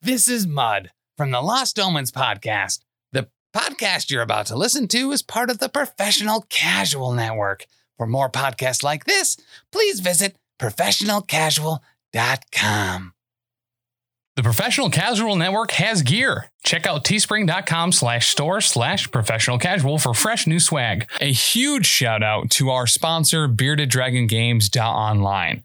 This is Mud from the Lost Omens podcast. The podcast you're about to listen to is part of the Professional Casual Network. For more podcasts like this, please visit professionalcasual.com. The Professional Casual Network has gear. Check out teespring.com slash store slash professional casual for fresh new swag. A huge shout out to our sponsor, Bearded Dragon Games Online.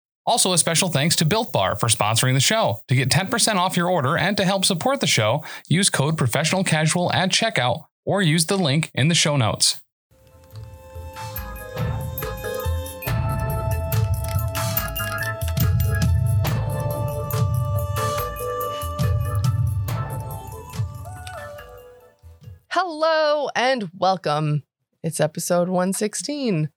Also, a special thanks to Built Bar for sponsoring the show. To get 10% off your order and to help support the show, use code Professional Casual at checkout or use the link in the show notes. Hello and welcome. It's episode 116,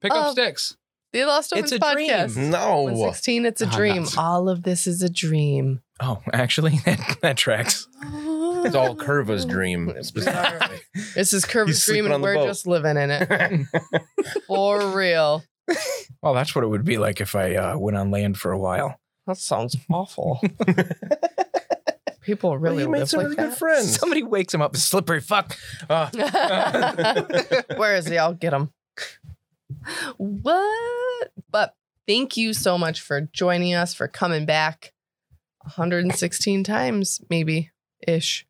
Pick up Oh, sticks. the Lost Omens It's a dream. podcast. No. 116, it's a Oh, Ah, dream. nuts. All of this is a dream. Oh, actually, that, that tracks. It's all Curva's dream. specifically. This is He's Curve's dream, sleeping and on the we're boat. just living in it for real. well, that's what it would be like if I uh, went on land for a while. That sounds awful. People Well, really you made live some like really good that. friends. Somebody wakes him up, slippery fuck. Uh, Where is he? I'll get him. What? But thank you so much for joining us, for coming back 116 times, maybe ish.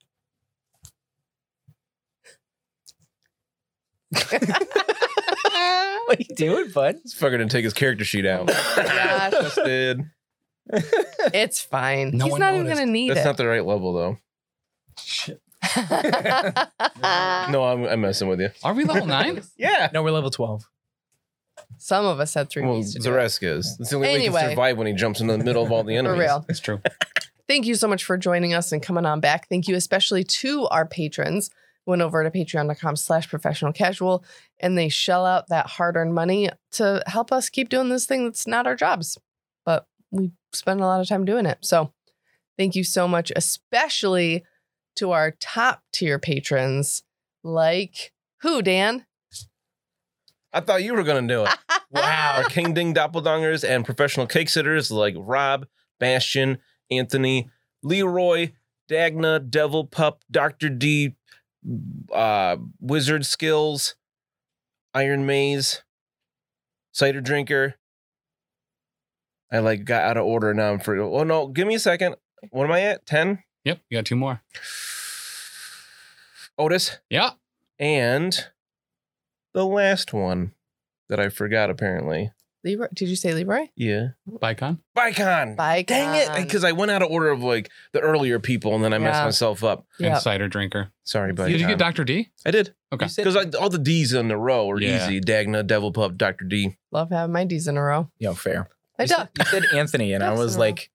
what are you doing, bud? this fucker didn't take his character sheet out. gosh. Just did. it's fine. No He's one not even noticed. going to need That's it. not the right level though. No, I'm, I'm messing with you. Are we level nine? Yeah. No, we're level 12. Some of us had three Well, weeks to do it. Zaresk is. That's the only way he Anyway. can survive when he jumps into the middle of all the For enemies. real. It's true. Thank you so much for joining us and coming on back. Thank you especially to our patrons. Went over to patreon.com slash professional casual and they shell out that hard earned money to help us keep doing this thing that's not our jobs, but we spend a lot of time doing it. So thank you so much, especially to our top tier patrons like who, Dan? I thought you were gonna do it. Our King Ding Doppeldongers and professional cake sitters like Rob, Bastion, Anthony, Leroy, Dagna, Devil Pup, Dr. D, uh, Wizard Skills, Iron Maze, Cider Drinker. I like got out of order now. I'm for oh no, give me a second. What am I at? 10? Yep, you got two more. Otis. Yeah. And the last one that I forgot apparently. Leroy? Did you say Leroy? Yeah. Bicon. Bicon. Bye. Dang it! Because I went out of order of like the earlier people, and then I messed Yeah. myself up. and cider drinker. Sorry, buddy. Did you get Tom. Dr. D? I did. Okay. Because all the D's in a row are Yeah. easy. Dagna, Devil Pup, Doctor D. love having my D's in a row. You know, fair. My you, said, duck. you said Anthony, and I Ducks was in a row. like,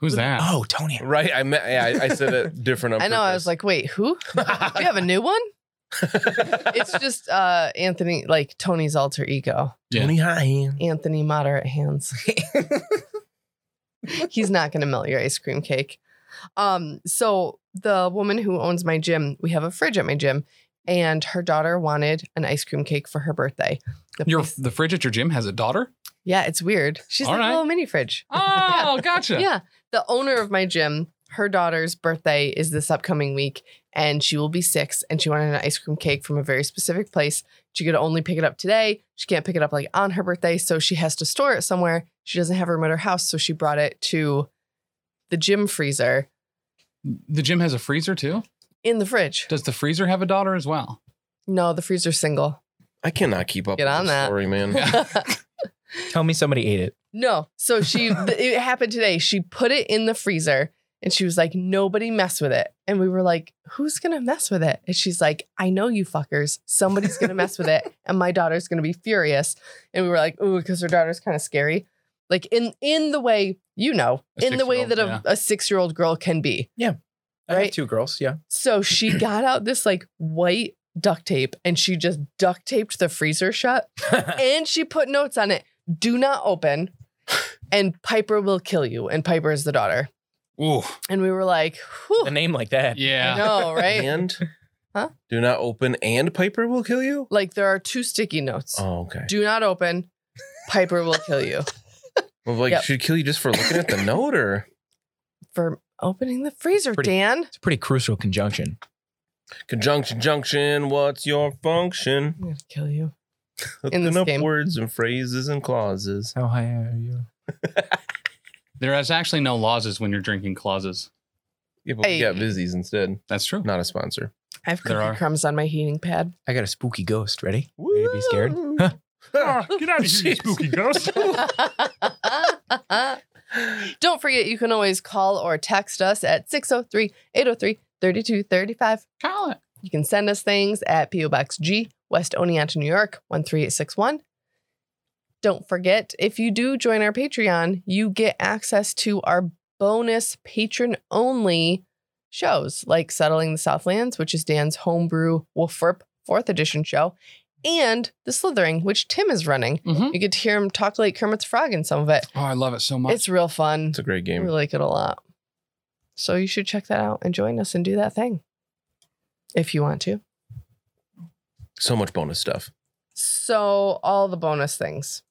Who's that? oh, Tony. Right? I met. Yeah, I, I said it different. on I know. I was purpose. like, wait, who? You have a new one? it's just uh Anthony, like Tony's alter ego, Yeah. Tony High. Anthony Moderate Hands. He's not gonna melt your ice cream cake. Um, so the woman who owns my gym, we have a fridge at my gym, and her daughter wanted an ice cream cake for her birthday. The Your place- the fridge at your gym has a daughter? yeah, it's weird. She's All like right. a little mini fridge. Oh, gotcha. Yeah. The owner of my gym, her daughter's birthday is this upcoming week, and she will be six, and she wanted an ice cream cake from a very specific place. She could only pick it up today. She can't pick it up like on her birthday, so she has to store it somewhere. She doesn't have room at her house, so she brought it to the gym freezer The gym has a freezer too? in the fridge. Does the freezer have a daughter as well? No, the freezer's single. I cannot keep up. Get with on this that. story, man. Tell me somebody ate it. No. So she, th- it happened today. She put it in the freezer and she was like, nobody mess with it. And we were like, who's going to mess with it? And she's like, I know you fuckers. Somebody's going to mess with it. And my daughter's going to be furious. And we were like, ooh, because her daughter's kind of scary. Like in, in the way, you know, A in the way six-year-old, that a, yeah. a six year old girl can be. I have Right. two girls. Yeah. So she got out this like white duct tape and she just duct taped the freezer shut and she put notes on it do not open and Piper will kill you. And Piper is the daughter. Ooh. And we were like, whew, a name like that. I Yeah. know, right? And Huh? do not open and Piper will kill you? Like there are two sticky notes. Oh, okay. Do not open. Piper will kill you Well, like, Yep. should kill you just for looking at the note or? for opening the freezer, Pretty- Dan. It's a pretty crucial conjunction. Conjunction, junction, what's your function? I'm gonna kill you. Hooking this up game. words and phrases and clauses. How high are you? There is actually no losses when you're drinking clauses. Yeah, but we Hey. got Vizzies instead. That's true. Not a sponsor. I have There cookie are. crumbs on my heating pad. I got a spooky ghost. Ready? Ready to be scared? get out of here, you spooky ghost. Don't forget, you can always call or text us at 603 803 3235. Call it. You can send us things at P.O. Box G, West Oneonta, New York, 13861. Don't forget, if you do join our Patreon, you get access to our bonus patron only shows like Settling the Southlands, which is Dan's homebrew Wolfrip 4th edition show, and The Slithering, which Tim is running. mm-hmm. Oh, Mhm. You get to hear him talk like Kermit the Frog in some of it. Oh, I love it so much. It's real fun. It's a great We game. like it a lot. So you should check that out and join us and do that thing if you want to. So much bonus stuff. So all the bonus things.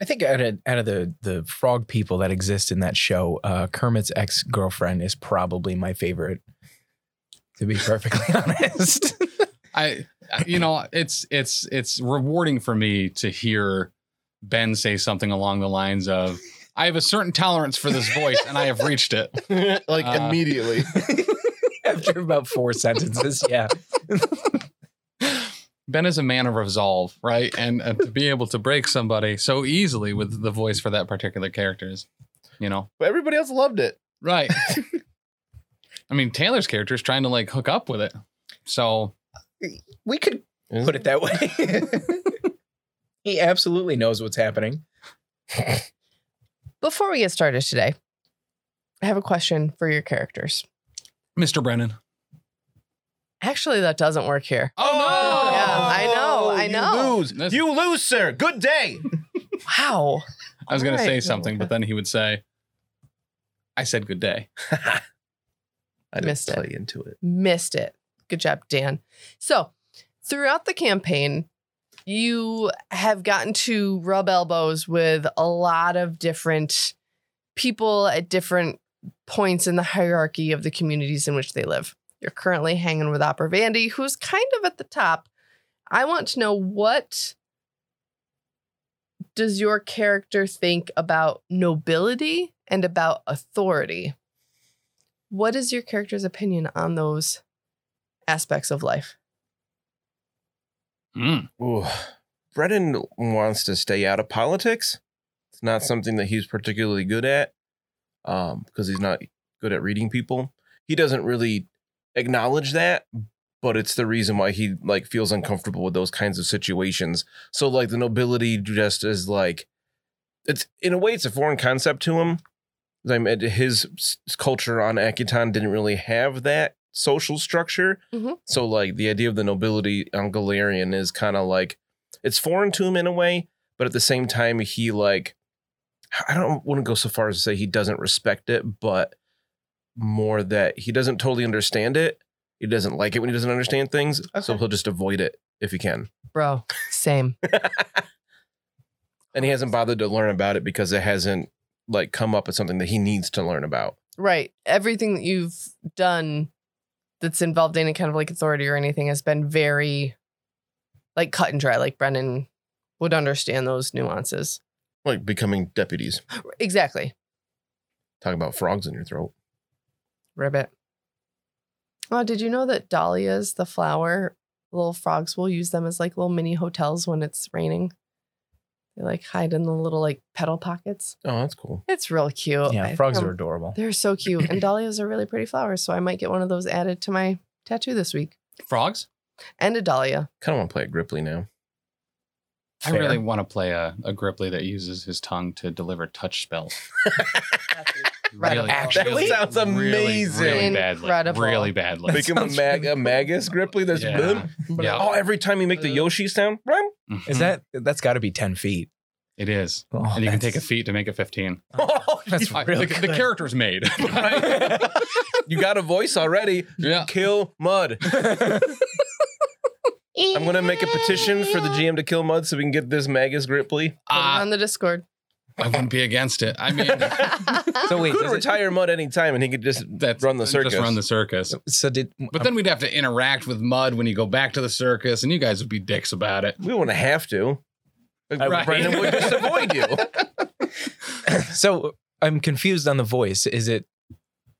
I think out of, out of the, the frog people that exist in that show, uh, Kermit's ex girlfriend is probably my favorite, to be perfectly honest. I, I- you know, it's it's it's rewarding for me to hear Ben say something along the lines of, "I have a certain tolerance for this voice, and I have reached it." like Uh, Ah. immediately. After about four sentences, yeah. Ben is a man of resolve, right? And uh, to be able to break somebody so easily with the voice for that particular character is, you know, But everybody else loved it. right. I mean, Taylor's character is trying to like hook up with it, so We could put it that way. he absolutely knows what's happening. Before we get started today, I have a question for your characters. Mr. Brennan. Actually, that doesn't work here. Oh, Yeah, I know, I you know. lose. That's- you lose, sir. Good day. Wow. I was going All to right. say something, but then he would say, "I said good day." I Missed it. play into it. Missed it. Good job, Dan. So, throughout the campaign, you have gotten to rub elbows with a lot of different people at different points in the hierarchy of the communities in which they live. You're currently hanging with Opera Vandy, who's kind of at the top. I want to know what does your character think about nobility and about authority? What is your character's opinion on those aspects of life? Mm. Ooh. Brennan wants to stay out of politics. It's not something that he's particularly good at um, because he's not good at reading people. He doesn't really acknowledge that, but it's the reason why he like feels uncomfortable with those kinds of situations. So like the nobility just is like it's in a way it's a foreign concept to him. I mean, his s- culture on Akutan didn't really have that social structure. Mhm. So like the idea of the nobility on Galarian is kind of like it's foreign to him in a way, but at the same time he like I don't want to go so far as to say he doesn't respect it, but more that he doesn't totally understand it. He doesn't like it when he doesn't understand things, so Okay. he'll just avoid it if he can. Bro, same. and he hasn't bothered to learn about it because it hasn't like come up as something that he needs to learn about. Right. Everything that you've done that's involved in any kind of like authority or anything has been very like cut and dry. Like Brennan would understand those nuances. Like becoming deputies. Exactly. Talk about frogs in your throat. Ribbit. Oh, did you know that dahlias, the flower, little frogs will use them as like little mini hotels when it's raining? They like hide in the little like petal pockets. Oh, that's cool. It's real cute. Yeah, Oh, I frogs think are I'm- adorable. They're so cute. And dahlias are really pretty flowers. So I might get one of those added to my tattoo this week. Frogs. And a dahlia. Kind of want to play a Gripply now. I Fair. really want to play a, a Gripply that uses his tongue to deliver touch spells. Incredible. Really, That sounds amazing. Really, really badly. Incredible. Really badly. Make him a, mag- a magus Gripply. There's Yeah. boom. Yeah. Oh, every time you make the Yoshi sound, run. Mhm. Is that that's got to be ten feet? It is. Oh, and you can that's- take a feet to make a 15. That's I- Oh, really the, good. the character's made. you got a voice already. yeah. Kill Mud. I'm gonna make a petition for the Ah. GM to kill Mud so we can get this magus Gripply. Put it Uh, on the Discord. I wouldn't be against it. I mean, so Oh, wait, Could does it- retire Mud anytime and he could just that's Run the circus. Just run the circus. so did But then we'd have to interact with mud when you go back to the circus, and you guys would be dicks about it. we wouldn't have to. Like, Right. Brandon would just avoid you. so I'm confused on the voice. Is it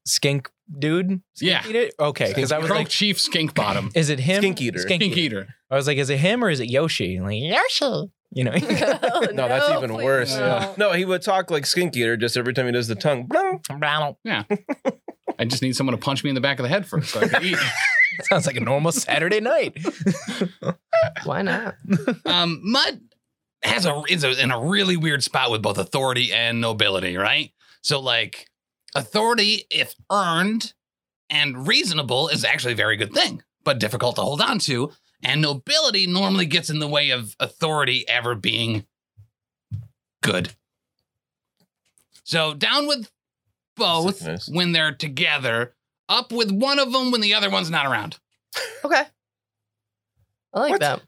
skink dude? Skink Yeah. Eater? Okay, because I was Crow like, Chief Skink Bottom. is it him? Skink eater. Skink Eater. I was like, is it him or is it Yoshi? And like Yoshi, you know. No, that's even please worse. no. No, he would talk like Skink Eater just every time he does the tongue. Blah. I just need someone to punch me in the back of the head first so I can eat. Sounds like a normal Saturday night. Why not? Um, Mud has a is a, in a really weird spot with both authority and nobility, right? So like authority, if earned and reasonable, is actually a very good thing, but difficult to hold on to. And nobility normally gets in the way of authority ever being good. So down with both Sickness. when they're together, up with one of them when the other one's not around. Okay. I like What? that.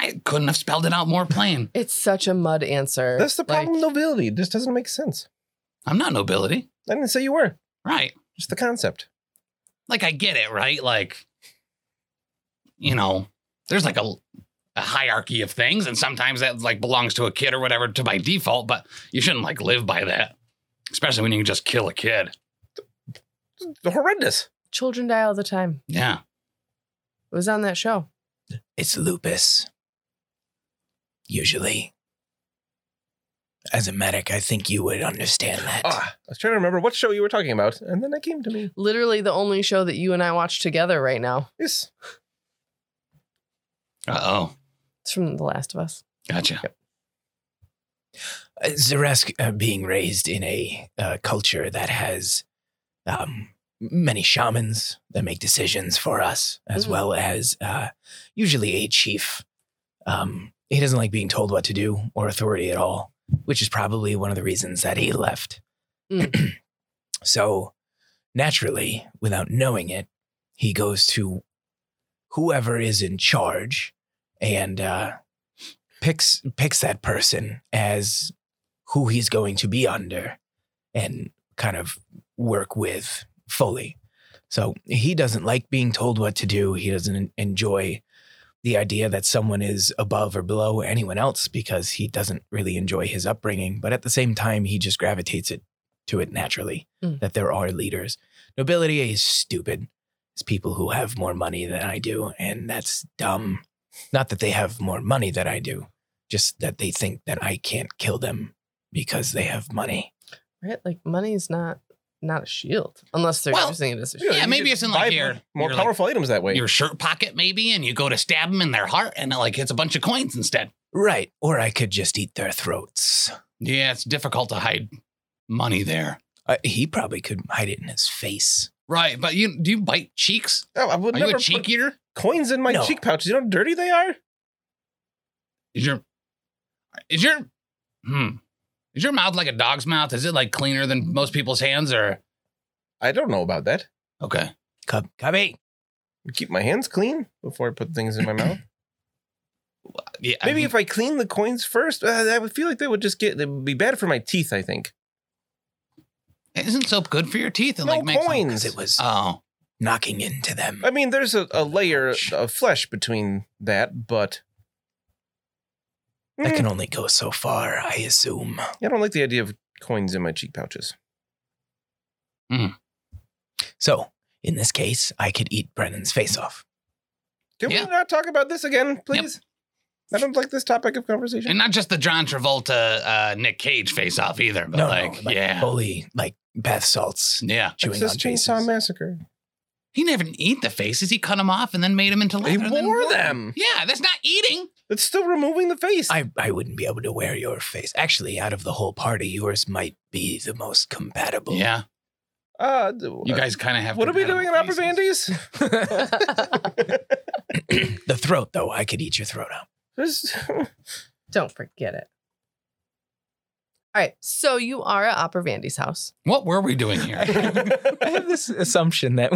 I couldn't have spelled it out more plain. It's such a mud answer. That's the Like, problem, nobility. It just doesn't make sense. I'm not nobility, I didn't say you were. right? Just the concept. like I get it, right? Like, you know, there's like a, a hierarchy of things, and sometimes that like belongs to a kid or whatever to by default, but you shouldn't like live by that, especially when you can just kill a kid. Horrendous. children die all the time. Yeah. It was on that show. It's lupus. Usually. As a medic, I think you would understand that. Ah, I was trying to remember what show you were talking about, and then it came to me. Literally the only show that you and I watch together right now. Yes. Uh oh. It's from The Last of Us. Gotcha. Uh, Zeresk uh, being raised in a uh, culture that has um, many shamans that make decisions for us, as Mhm. well as uh, usually a chief. Um, he doesn't like being told what to do or authority at all, which is probably one of the reasons that he left. so, naturally, without knowing it, he goes to whoever is in charge and uh, picks picks that person as who he's going to be under and kind of work with fully. So he doesn't like being told what to do. He doesn't en- enjoy the idea that someone is above or below anyone else because he doesn't really enjoy his upbringing. But at the same time, he just gravitates it to it naturally Mm. that there are leaders. Nobility is stupid. It's people who have more money than I do, and that's dumb. Not that they have more money than I do, just that they think that I can't kill them because they have money. Right? Like money's not not a shield. Unless they're Well, using it as a shield. Yeah, maybe it's in Buy like your more your, like, powerful items that way. your shirt pocket, maybe, and you go to stab them in their heart, and it like hits a bunch of coins instead. Right. Or I could just eat their throats. Yeah, it's difficult to hide money there. Uh, he probably could hide it in his face. Right, but you do you bite cheeks? Oh, I would Are you never a cheek put eater? coins in my No. cheek pouches. You know how dirty they are? Is your is your hmm is your mouth like a dog's mouth? Is it like cleaner than most people's hands or I don't know about that. okay? Cub, cubby. Keep my hands clean before I put things in my mouth. Yeah, I Maybe mean, if I clean the coins first, uh, I would feel like they would just get. It would be bad for my teeth. I think. isn't soap good for your teeth and No like makes them- coins. Because it was oh knocking into them. I mean, there's a, a layer of flesh between that, but That can only go so far, I assume. Mm, I don't like the idea of coins in my cheek pouches. So, in this case, I could eat Brennan's face off. Can Yeah. we not talk about this again, please? I don't like this topic of conversation. and not just the John Travolta uh, Nick Cage face off either, but No, like oh. no, like yeah fully like bath salts yeah It's chewing on this faces. chainsaw massacre. He never didn't eat the faces. He cut them off and then made them into He leather. and then wore them. Yeah, that's not eating. It's still removing the face. I, I wouldn't be able to wear your face. Actually, out of the whole party, yours might be the most compatible. Yeah, uh, d- You guys kind of have. what are we doing in Opera Vandy? Bandies? The throat, though, I could eat your throat out. This- Don't forget it. All right. So you are at Opera Vandy's house. what were we doing here? I have this assumption that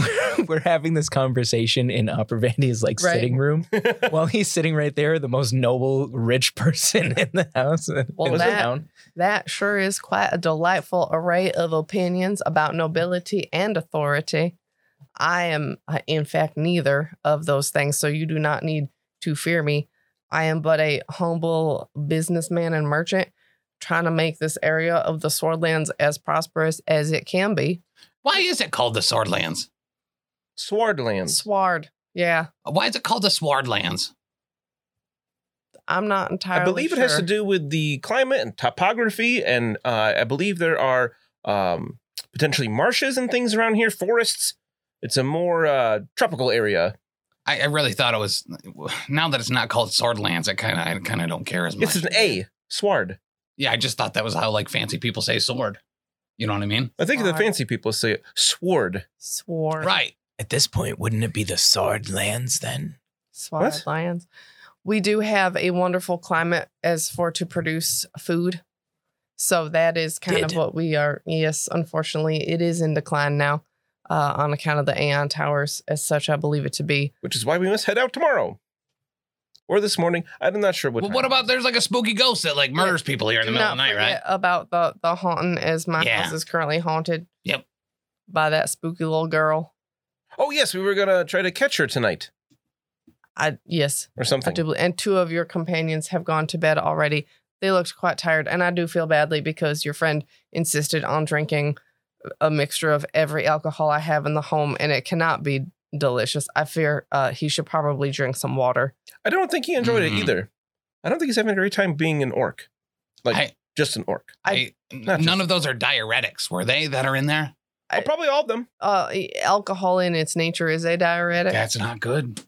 we're having this conversation in Upper Vandy's like Right. sitting room. While he's sitting right there, the most noble, rich person in the house. Well, in that- town. That sure is quite a delightful array of opinions about nobility and authority. I am, uh, in fact, neither of those things, so you do not need to fear me. I am but a humble businessman and merchant trying to make this area of the Swordlands as prosperous as it can be. Why is it called the Swordlands? Swordlands. Sward. Yeah, Why is it called the Swordlands? I'm not entirely I believe it has to do with the climate and topography, and uh, I believe there are um, potentially marshes and things around here, forests. It's a more uh, tropical area. I, I really thought it was. Now that it's not called Swordlands, I kind of, I kind of don't care as much. It's an A sward. yeah, I just thought that was how like fancy people say sword. You know what I mean? I think the Sword. fancy people say it. sword. Sward. Right. At this point, wouldn't it be the Sard Lands then? Swatted What? lions. We do have a wonderful climate as for to produce food. So that is kind of Did. what we are. Yes, unfortunately, it is in decline now uh, on account of the Aeon Towers, as such, I believe it to be. which is why we must head out tomorrow or this morning. I'm not sure what. well, time what it about is. there's like a spooky ghost that like murders people here in the Do middle of not the night, right? forget About the, the haunting, as my Yeah. house is currently haunted. Yep. By that spooky little girl. Oh yes, we were gonna try to catch her tonight I Yes, or I something. do. believe- And two of your companions have gone to bed already. They looked quite tired, and I do feel badly because your friend insisted on drinking a mixture of every alcohol I have in the home, and it cannot be delicious. I fear uh, he should probably drink some water. I don't think he enjoyed Mhm. it either. I don't think he's having a great time being an orc, like I- just an orc. I- I- Not none just- of those are diuretics, were they? That are in there? Oh, probably all of them. Uh, alcohol in its nature is a diuretic. That's not good.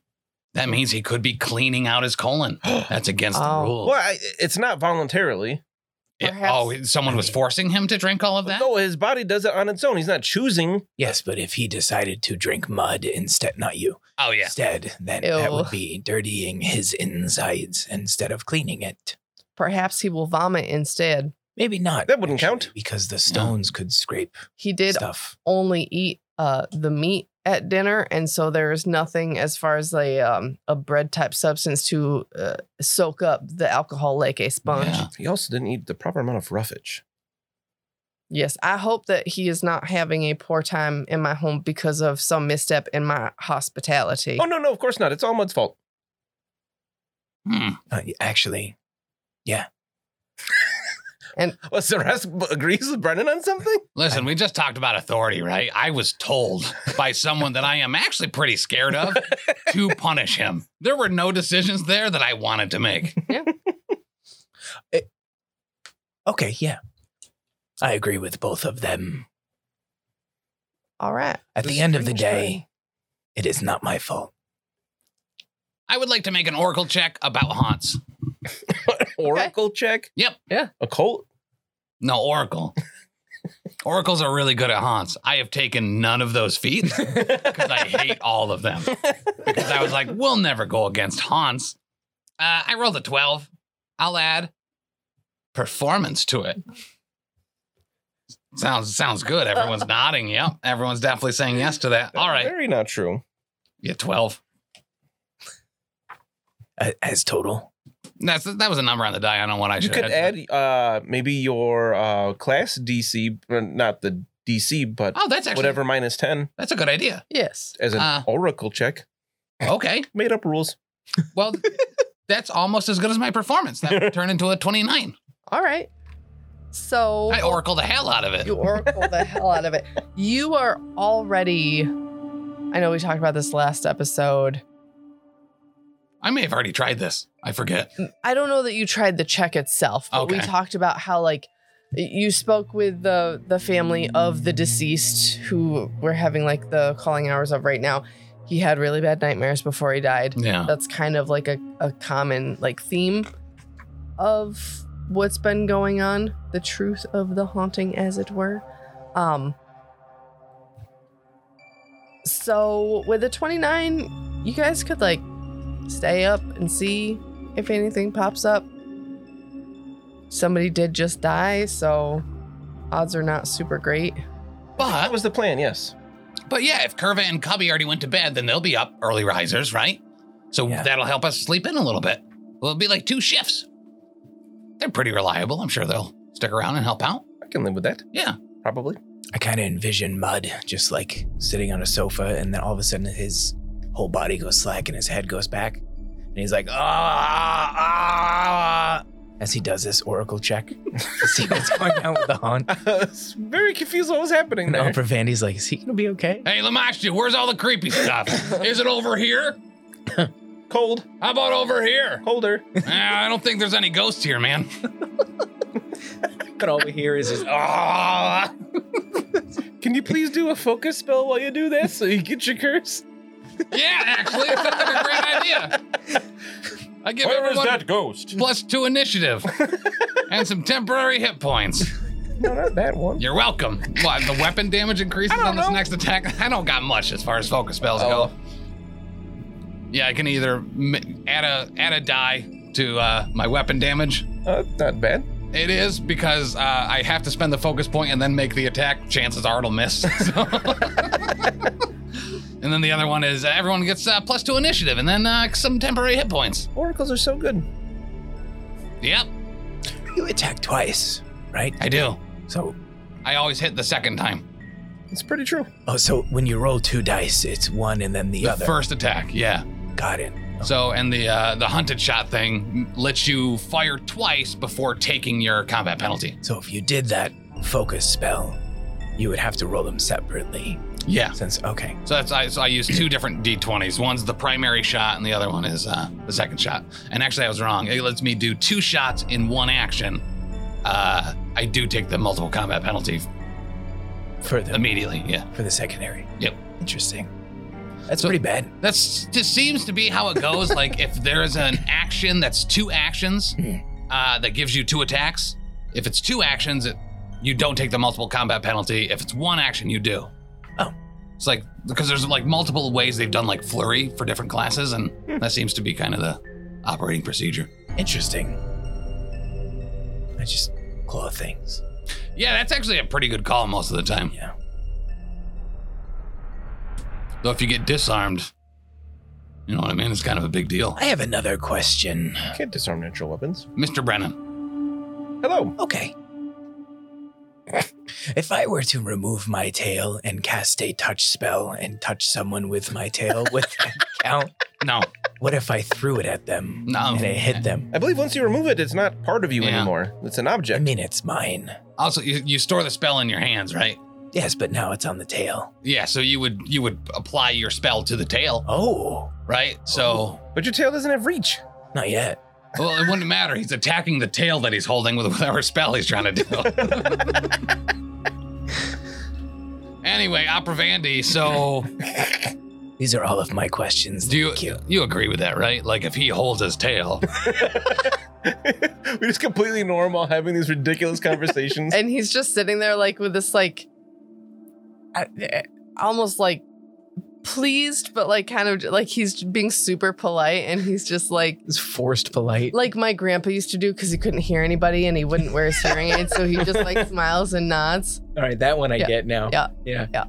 That means he could be cleaning out his colon. That's against Oh. the rules. Well, I, it's not voluntarily. It- Perhaps- oh, someone was forcing him to drink all of that. No, his body does it on its own. He's not choosing. Yes, but if he decided to drink mud instead, not you, Oh yeah. instead, then that Ew. would be dirtying his insides instead of cleaning it. Perhaps he will vomit instead. Maybe not. That wouldn't count. Because the stones could scrape He did stuff. only eat uh, the meat at dinner, and so there is nothing as far as a um, a bread type substance to uh, soak up the alcohol like a sponge. Yeah. He also didn't eat the proper amount of roughage. Yes, I hope that he is not having a poor time in my home because of some misstep in my hospitality. Oh no, no, of course not. It's all Mud's fault. Hmm. Uh, actually, Was Oh, the rest b- agrees with Brennan on something? Listen, we just talked about authority, right? I was told by someone that I am actually pretty scared of to punish him. There were no decisions there that I wanted to make. okay, yeah. I agree with both of them. All right. At the end of the day, it is not my fault. I would like to make an oracle check about haunts. Oracle check. Yep. Yeah. Occult. No, oracle. Oracles are really good at haunts. I have taken none of those feats because I hate all of them. Because I was like, we'll never go against haunts. Uh, I rolled a 12. I'll add performance to it. Sounds sounds good. Everyone's nodding. Yep. Everyone's definitely saying yes to that. All right. Very not true. Yeah, 12. A- As total, That's that was a number on the die. I don't know what I You should could add uh maybe your uh class DC, uh, not the DC, but Oh, that's actually whatever minus ten That's a good idea. Yes. as an Uh. oracle check. Okay. Made up rules. Well, that's almost as good as my performance. That would turn into a 29. All right. So I oracle the hell out of it. you oracle the hell out of it. You are already. I know we talked about this last episode. I may have already tried this. I forget. I don't know that you tried the check itself, but we Okay. talked about how like you spoke with the the family of the deceased who we're having like the calling hours of right now. He had really bad nightmares before he died. Yeah. That's kind of like a, a common like theme of what's been going on, the truth of the haunting as it were. Um so with the 29, you guys could like stay up and see if anything pops up somebody did just die, so odds are not super great. That But was the plan, yes. but yeah, if Curva and Cubby already went to bed, then they'll be up early risers, right? So Yeah. that'll help us sleep in a little bit. Well, it'll be like two shifts. They're pretty reliable. I'm sure they'll stick around and help out. I can live with that. Yeah. Probably. I kind of envision Mud just like sitting on a sofa, and then all of a sudden his whole body goes slack and his head goes back, and he's like, ah, ah, ah," as he does this oracle check to see what's going on with the haunt. I was very confused what was happening And there. Opera Vandy's like, is he gonna be okay? Hey, Lamashtu, where's all the creepy stuff? Is it over here? Cold, How about over here? colder. Ah, I don't think there's any ghosts here, man. But all we hear is his. Ah. Can you please do a focus spell while you do that so you get your curse? Yeah, actually, it sounds like a great idea. I give everyone ghost? plus two initiative and some temporary hit points. No, not that one. You're welcome. What, the weapon damage increases on this next attack? I don't got much as far as focus spells Oh. go. Yeah, I can either m- add a add a die to uh, my weapon damage. Uh, not bad. It is because uh, I have to spend the focus point and then make the attack. Chances are it'll miss. So. and then the other one is uh, everyone gets uh, plus two initiative and then uh, some temporary hit points. Oracles are so good. Yep, You attack twice, right? I do. So, I always hit the second time. It's pretty true. oh, so when you roll two dice, it's one and then the, The other. first attack, yeah. Got it. So, and the uh, the hunted shot thing lets you fire twice before taking your combat penalty. So if you did that focus spell, you would have to roll them separately. Yeah. Since okay, So that's I, so I use two different d20s. One's the primary shot, and the other one is uh, the second shot. And actually, I was wrong. It lets me do two shots in one action. Uh, I do take the multiple combat penalty for the immediately. Yeah. for the secondary. Yep. Interesting. That's So- pretty bad. That's just seems to be how it goes. like if there is an action that's two actions, Hmm. uh, that gives you two attacks. If it's two actions, it, you don't take the multiple combat penalty. If it's one action, you do. Oh. It's like because there's like multiple ways they've done like flurry for different classes, and Hmm. that seems to be kind of the operating procedure. Interesting. I just claw things. Yeah, that's actually a pretty good call most of the time. Yeah. Though if you get disarmed, you know what I mean. It's kind of a big deal. I have another question. Can't disarm natural weapons. Mr. Brennan, Hello. Okay. If I were to remove my tail and cast a touch spell and touch someone with my tail, would that count? no, What if I threw it at them No. and it hit them? I believe once you remove it, it's not part of you Yeah. anymore. It's an I object. mean, it's mine. Also, you, you store the spell in your hands, right? Yes, but now it's on the tail. Yeah, so you would you would apply your spell to the tail, Oh, right? So But your tail doesn't have reach. not yet. well, it wouldn't matter. He's attacking the tail that he's holding with whatever spell he's trying to do. anyway, Opera Vandy. So These are all of my questions. do you Thank you. you agree with that, right? Like if he holds his tail, We're just completely normal having these ridiculous conversations. And he's just sitting there, like with this, like I- eh, almost like pleased, but like kind of like he's being super polite, and he's just like. It's forced polite. Like my grandpa used to do because he couldn't hear anybody and he wouldn't wear his hearing aid, so he just like smiles and nods. All right, that one I Yeah. get now. Yeah. Yeah.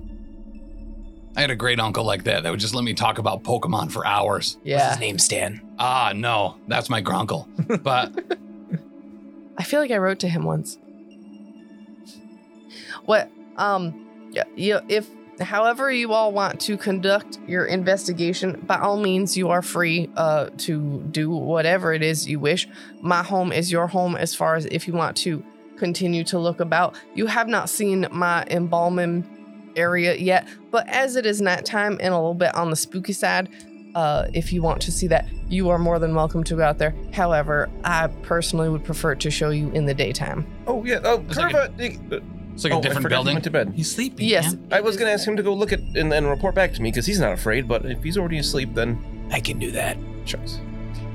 I had a great uncle like that that would just let me talk about Pokemon for hours. What's Yeah, his name, Stan? Ah, no, that's my grunkle. But I feel like I wrote to him once. What? Um, yeah, you, if however you all want to conduct your investigation, by all means, you are free uh, to do whatever it is you wish. My home is your home as far as if you want to continue to look about. You have not seen my embalming area yet, but as it is nighttime and a little bit on the spooky side, uh, if you want to see that, you are more than welcome to go out there. However, I personally would prefer to show you in the daytime. Oh yeah. Oh, It's like Curva. dig- uh, It's like oh, a I different forgot he building. Went to bed. He's sleepy. Yes. man. I was gonna ask him to go look at and then report back to me because he's not afraid. But if he's already asleep, then I can do that. shucks.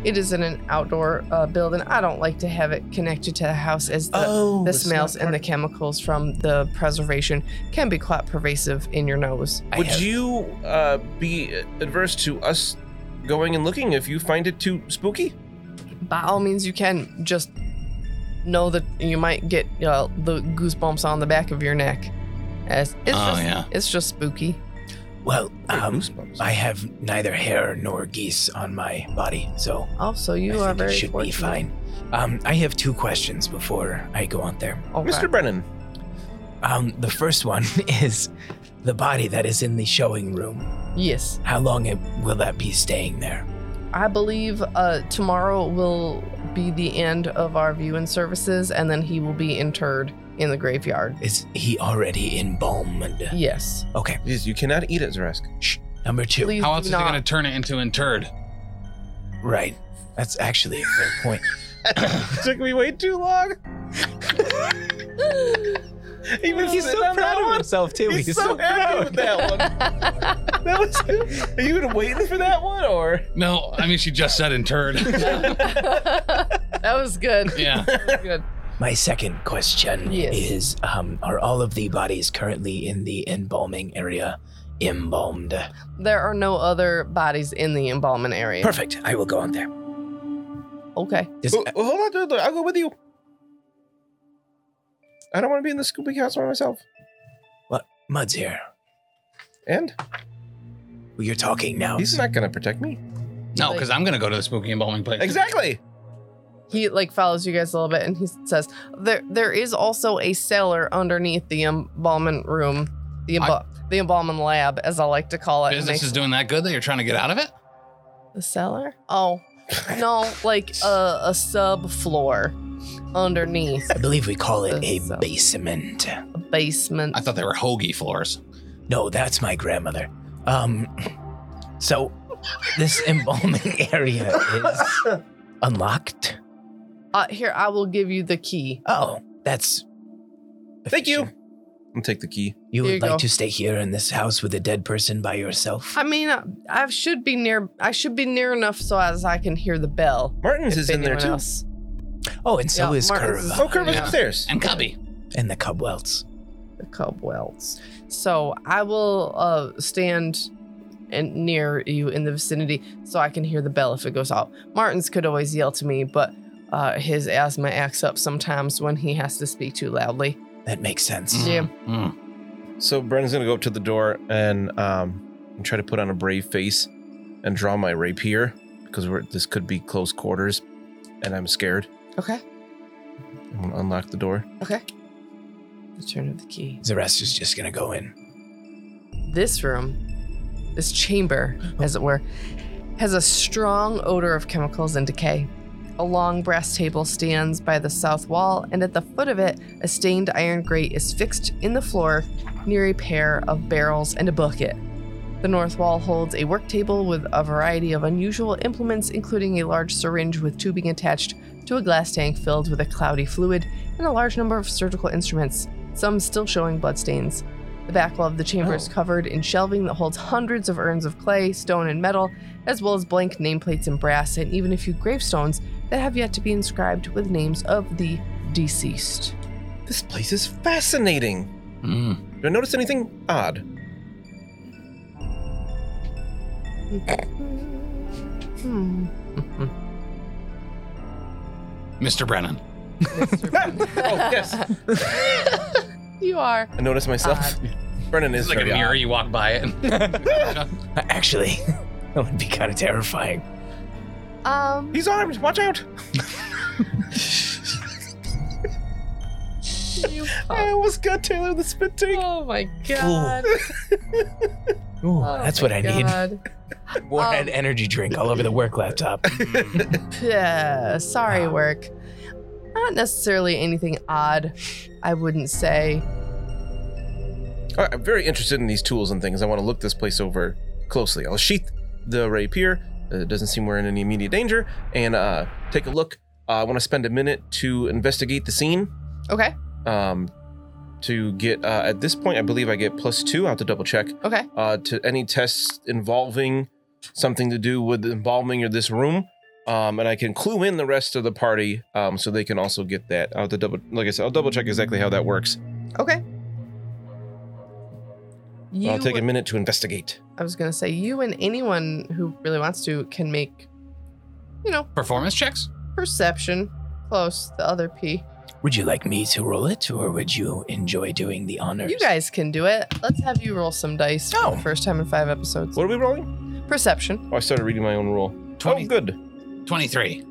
It is in an outdoor uh, building. I don't like to have it connected to the house as the, oh, the it's not smells and part the of- chemicals from the preservation can be quite pervasive in your nose. I Would have- you uh, be adverse to us going and looking if you find it too spooky? By all means, you can just know that you might get uh, the goosebumps on the back of your neck. As it's Oh, just, yeah. it's just spooky. Well, um, Goosebumps. I have neither hair nor geese on my body, so Also, you are I think very it should fortunate. be fine. Um, I have two questions before I go out there. Okay. Mr. Brennan, Um, the first one is the body that is in the showing room. Yes. How long it, will that be staying there? I believe uh, tomorrow will be the end of our viewing services, and then he will be interred in the graveyard. Is he already embalmed? Yes. Okay. Jeez, you cannot eat it, Zarask. Number two. Please How do else is he not. going to turn it into interred? Right. That's actually a fair point. took me way too long. Even on that one. himself too. He's, so, happy with that one. that was. Are you been waiting for that one or? No, I mean, she just said interred. that was good. yeah. That was good. My second question Yes. is: um, Are all of the bodies currently in the embalming area embalmed? There are no other bodies in the embalming area. Perfect. I will go on there. uh, Okay. Just, Oh, oh, hold on, hold on, I'll go with you. I don't want to be in the Scooby house by myself. Mud's here. And Well, you're talking Oh, now. he's not going to protect me. No, because I'm going to go to the spooky embalming place. Exactly. He like follows you guys a little bit, and he says, "There, there is also a cellar underneath the embalming room, the embalm, the embalming lab, as I like to call it." And Business they- is doing that good that you're trying to get out of it? The cellar? Oh, no, like a, a sub floor underneath I believe we call it a So- basement. a basement. I thought they were hoagie floors. No, that's my grandmother. Um, so this embalming area is unlocked. Uh, here, I will give you the key. Oh, that's. Thank you. efficient. I'll take the key. Here You would you like go. to stay here in this house with a dead person by yourself? I mean, I, I should be near. I should be near enough so as I can hear the bell. Martin's is if in there anyone too. else- oh, and so Yeah, is Martin's is- Curva Oh, Kermit's Yeah. upstairs. And Cubby. and the Cubwelts. The cobwebs. So I will uh, stand and near you in the vicinity so I can hear the bell if it goes off. Martin's could always yell to me, but uh, his asthma acts up sometimes when he has to speak too loudly. That makes sense. Mm, Yeah. mm. So Brennan's gonna go up to the door and um and try to put on a brave face and draw my rapier because we're this could be close quarters and I'm scared. Okay. I'm gonna unlock the door. The turn of the key. Zarast is just gonna go in. This room, this chamber, as it were, has a strong odor of chemicals and decay. A long brass table stands by the south wall, and at the foot of it, a stained iron grate is fixed in the floor near a pair of barrels and a bucket. The north wall holds a work table with a variety of unusual implements, including a large syringe with tubing attached to a glass tank filled with a cloudy fluid and a large number of surgical instruments, some still showing bloodstains. The back wall of the chamber is covered in shelving that holds hundreds of urns of clay, stone, and metal, as well as blank nameplates in brass and even a few gravestones that have yet to be inscribed with names of the deceased. This place is fascinating. Mm. Do I notice anything odd? Hmm. Mr. Brennan. oh yes. you are. I notice myself. Brennan is It's like a very mirror, you walk by it. Uh, Actually, that would be kind of terrifying. Um, odd. He's armed. Watch out! you I almost got Taylor the spit take. Oh my god. Ooh, Oh that's my what I need. God. Warhead Um, energy drink all over the work laptop. Yeah, sorry, work. Not necessarily anything odd, I wouldn't say. All right, I'm very interested in these tools and things. I want to look this place over closely. I'll sheath the rapier. Uh, It doesn't seem we're in any immediate danger. And uh, take a look. Uh, I want to spend a minute to investigate the scene. Okay. Um, to get uh, at this point, I believe I get plus two. I have to double check. Okay. Uh, to any tests involving something to do with the embalming or this room. Um, and I can clue in the rest of the party, um, so they can also get that. I'll have to double, like I said, I'll double check exactly how that works. Okay. You, I'll take a minute to investigate. I was gonna say you and anyone who really wants to can make, you know, Performance checks? perception. Close the other P. Would you like me to roll it, or would you enjoy doing the honors? You guys can do it. Let's have you roll some dice for Oh. the first time in five episodes. What are we rolling? Perception. Oh, I started reading my own roll. Oh, 20, good. 23.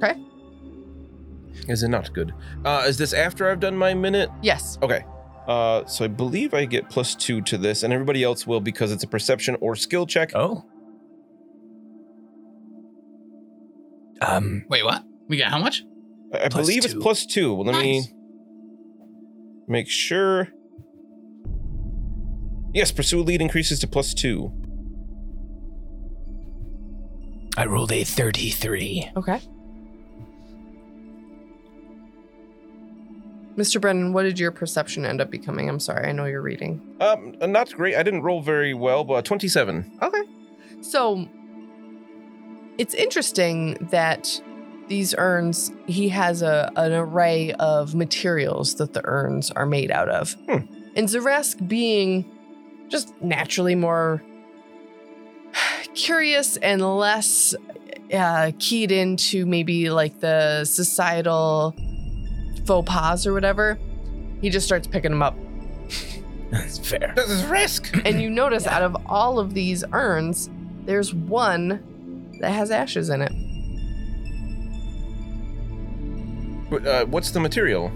Is it not good? Uh, is this after I've done my minute? Yes. Uh, so I believe I get plus two to this, and everybody else will because it's a perception or skill check. Oh. Um, Wait, what? We got how much? I I Plus believe it's two. plus two. Well, let Nice. me make sure. Yes, pursue lead increases to plus two. I rolled a 33. Okay. Mr. Brennan, what did your perception end up becoming? I'm sorry, I know you're reading. Um, not great. I didn't roll very well, but twenty-seven. Okay. So it's interesting that these urns, he has a, an array of materials that the urns are made out of. Hmm. And Zaresk being just naturally more curious and less uh, keyed into maybe like the societal faux pas or whatever, he just starts picking them up. That's fair. This is risk. And you notice out of all of these urns, there's one that has ashes in it. But, uh, what's the material?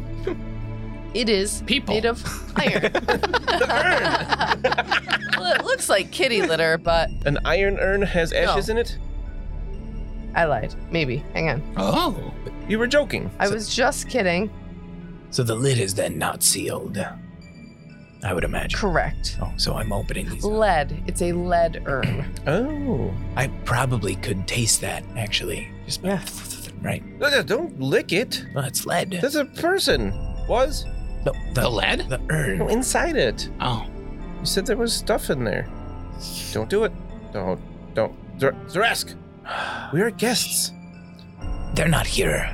It is People. made of iron. urn. well, it looks like kitty litter, but An iron urn has ashes in it. I lied. Maybe. Hang on. Oh. You were joking. I was just kidding. So the lid is then not sealed. I would imagine. Correct. Oh, so I'm opening these. up. Lead. It's a lead urn. Oh. I probably could taste that actually. Just by- right. No, no, don't lick it. Well, it's lead. There's a person. Was? No, The the, lead? the er, No, urn. inside it. Oh. You said there was stuff in there. Don't do it. Don't. Don't. Zer- Zeresk, we are guests. They're not here.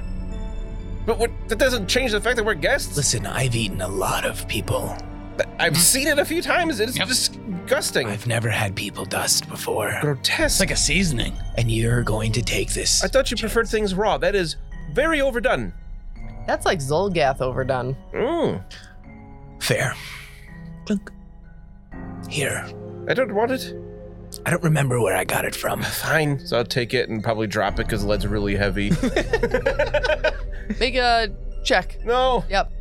But what, that doesn't change the fact that we're guests. Listen, I've eaten a lot of people. Th- I've seen it a few times. It's Mm-hmm. Yep. disgusting. I've never had people dust before. Grotesque. a seasoning. And you're going to take this. I thought you preferred things raw. That is very overdone. That's like Zolgath overdone. Mm. Fair. Clunk. Here. I don't want it. I don't remember where I got it from. Fine. So I'll take it and probably drop it because lead's really heavy. Make a check. no. Yep.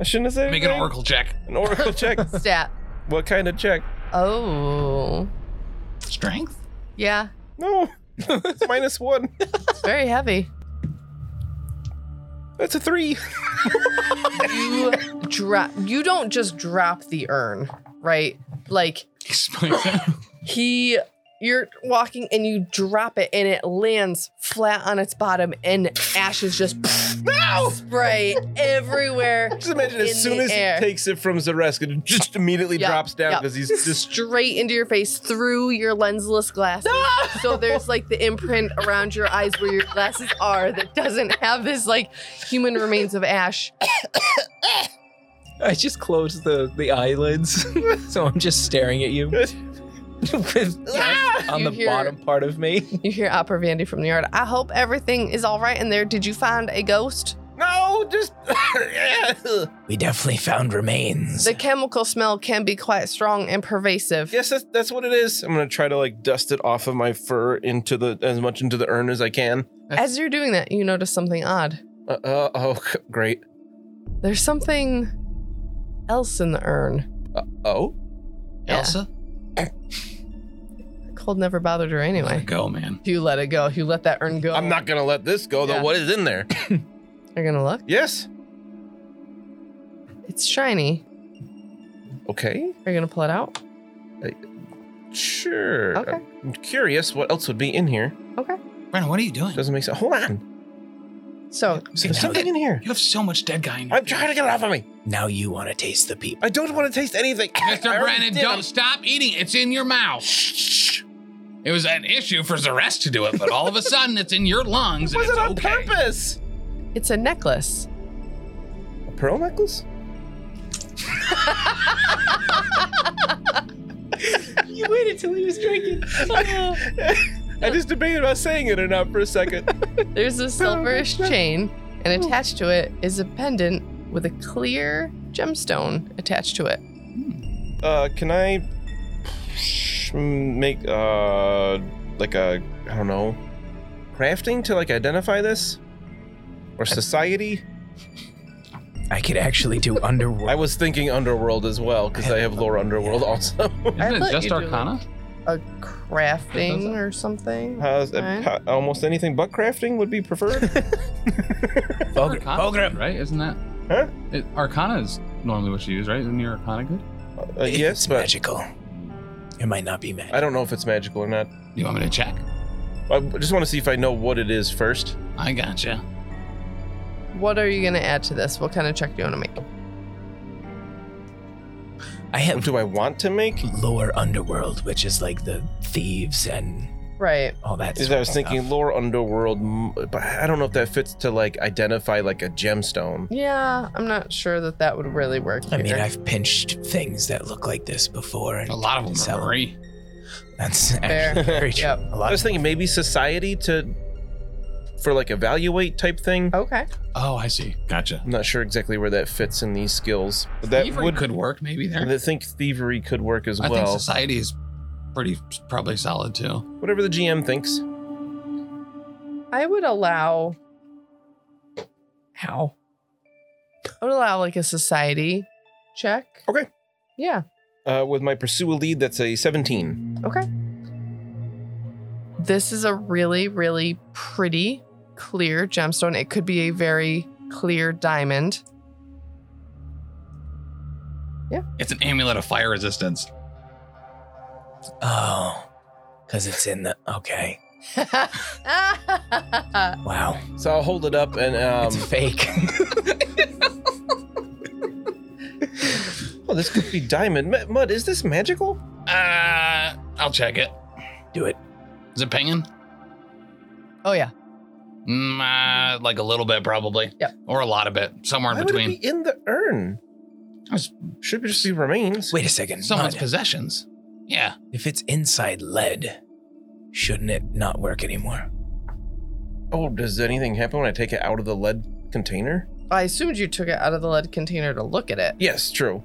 I shouldn't have said Make an anything. oracle check. An oracle check. Stat. what kind of check? Oh. Strength? Yeah. No. it's minus one. It's very heavy. That's a three. You drop you don't just drop the urn, right? Like Explain that. he you're walking and you drop it and it lands flat on its bottom and ashes just spray everywhere Just imagine as In soon the as air. he takes it from Zaresk, it just immediately Yep, drops down yep. because he's just. straight into your face through your lensless glasses. So there's like the imprint around your eyes where your glasses are that doesn't have this like human remains of ash. I just closed the, the eyelids, so I'm just staring at you with Ah, on You the hear- bottom part of me. You hear Opera Vandy from the yard. I hope everything is all right in there. Did you find a ghost? No, just. We definitely found remains. The chemical smell can be quite strong and pervasive. yes, that's, that's what it is. I'm gonna try to like dust it off of my fur into the as much into the urn as I can. As you're doing that, you notice something odd. Uh, uh, oh, c- great. There's something else in the urn. Oh, Yeah. Elsa? Cold never bothered her Let anyway. it go, man. You let it go. You let that urn go. Oh I'm not gonna let this go though. Yeah. What is in there? You're gonna look. yes. It's shiny. Okay. Are you gonna pull it out? Sure. Okay. I'm curious what else would be in here. Brennan, what are you doing? Doesn't make sense. Hold on. So So There's now, something in here. You have so much dead guy in your I'm trying to get it off of me. now you want to taste the people. I don't want to taste anything. I Mr. already Brennan, did. don't stop eating. It's in your mouth. Shh. It was an issue for Zeresh to do it, but all of a sudden it's in your lungs. Was and it it's on okay. purpose? it's a necklace. A pearl necklace? You waited till he was drinking. I just debated about saying it or not for a second. There's a silverish Oh, chain, and attached to it is a pendant with a clear gemstone attached to it. Uh, can I make uh like a I don't know crafting to like identify this or society? I could actually do underworld. I was thinking underworld as well because I have lore underworld also. I Isn't thought it just you do, like, Arcana? A crafting or something. How's- Right. how- almost anything but crafting would be preferred. Vulgar- Arcana, vulgar. right? Isn't that? Huh? It, Arcana is normally what you use, right? Isn't your Arcana good? Uh, If yes, it's but magical. It might not be magic. I don't know if it's magical or not. You want me to check? I just want to see if I know what it is first. I gotcha. What are you gonna add to this? What kind of check do you want to make? I What have do I want to make? lower underworld, which is like the thieves and Right. all that. Is sort I was of thinking stuff. lore underworld, m- but I don't know if that fits to like identify like a gemstone. Yeah, I'm not sure that that would really work. I mean, here. I've pinched things that look like this before, and A lot of them Sell are 'em. free. that's Fair. actually very true. Yep. A I lot was of thinking maybe society to for like evaluate type thing. okay. Oh, I see. Gotcha. I'm not sure exactly where that fits in these skills, but that Thievery would could work maybe there. I think thievery could work as I think well. society is pretty probably solid too. Whatever the GM thinks. I would allow. How? I would allow like a society check. Okay. Yeah. Uh, with my pursue a lead, that's a 17. This is a really, really pretty, clear gemstone. It could be a very clear diamond. It's an amulet of fire resistance. oh, because it's in the okay. Oh, Wow, So I'll hold it up and um, it's fake. oh, this could be diamond Ma- mud. Is this magical? Uh, I'll check it. Do it. Is it pinging? oh yeah. Mm, uh, like a little bit probably. Yeah. Or a lot of bit, somewhere in Why between. would it be in the urn? It's- Should just be remains. Wait a second. Someone's Mud, possessions. Yeah. if it's inside lead, shouldn't it not work anymore? Oh, does anything happen when I take it out of the lead container? I assumed you took it out of the lead container to look at it. Yes, true.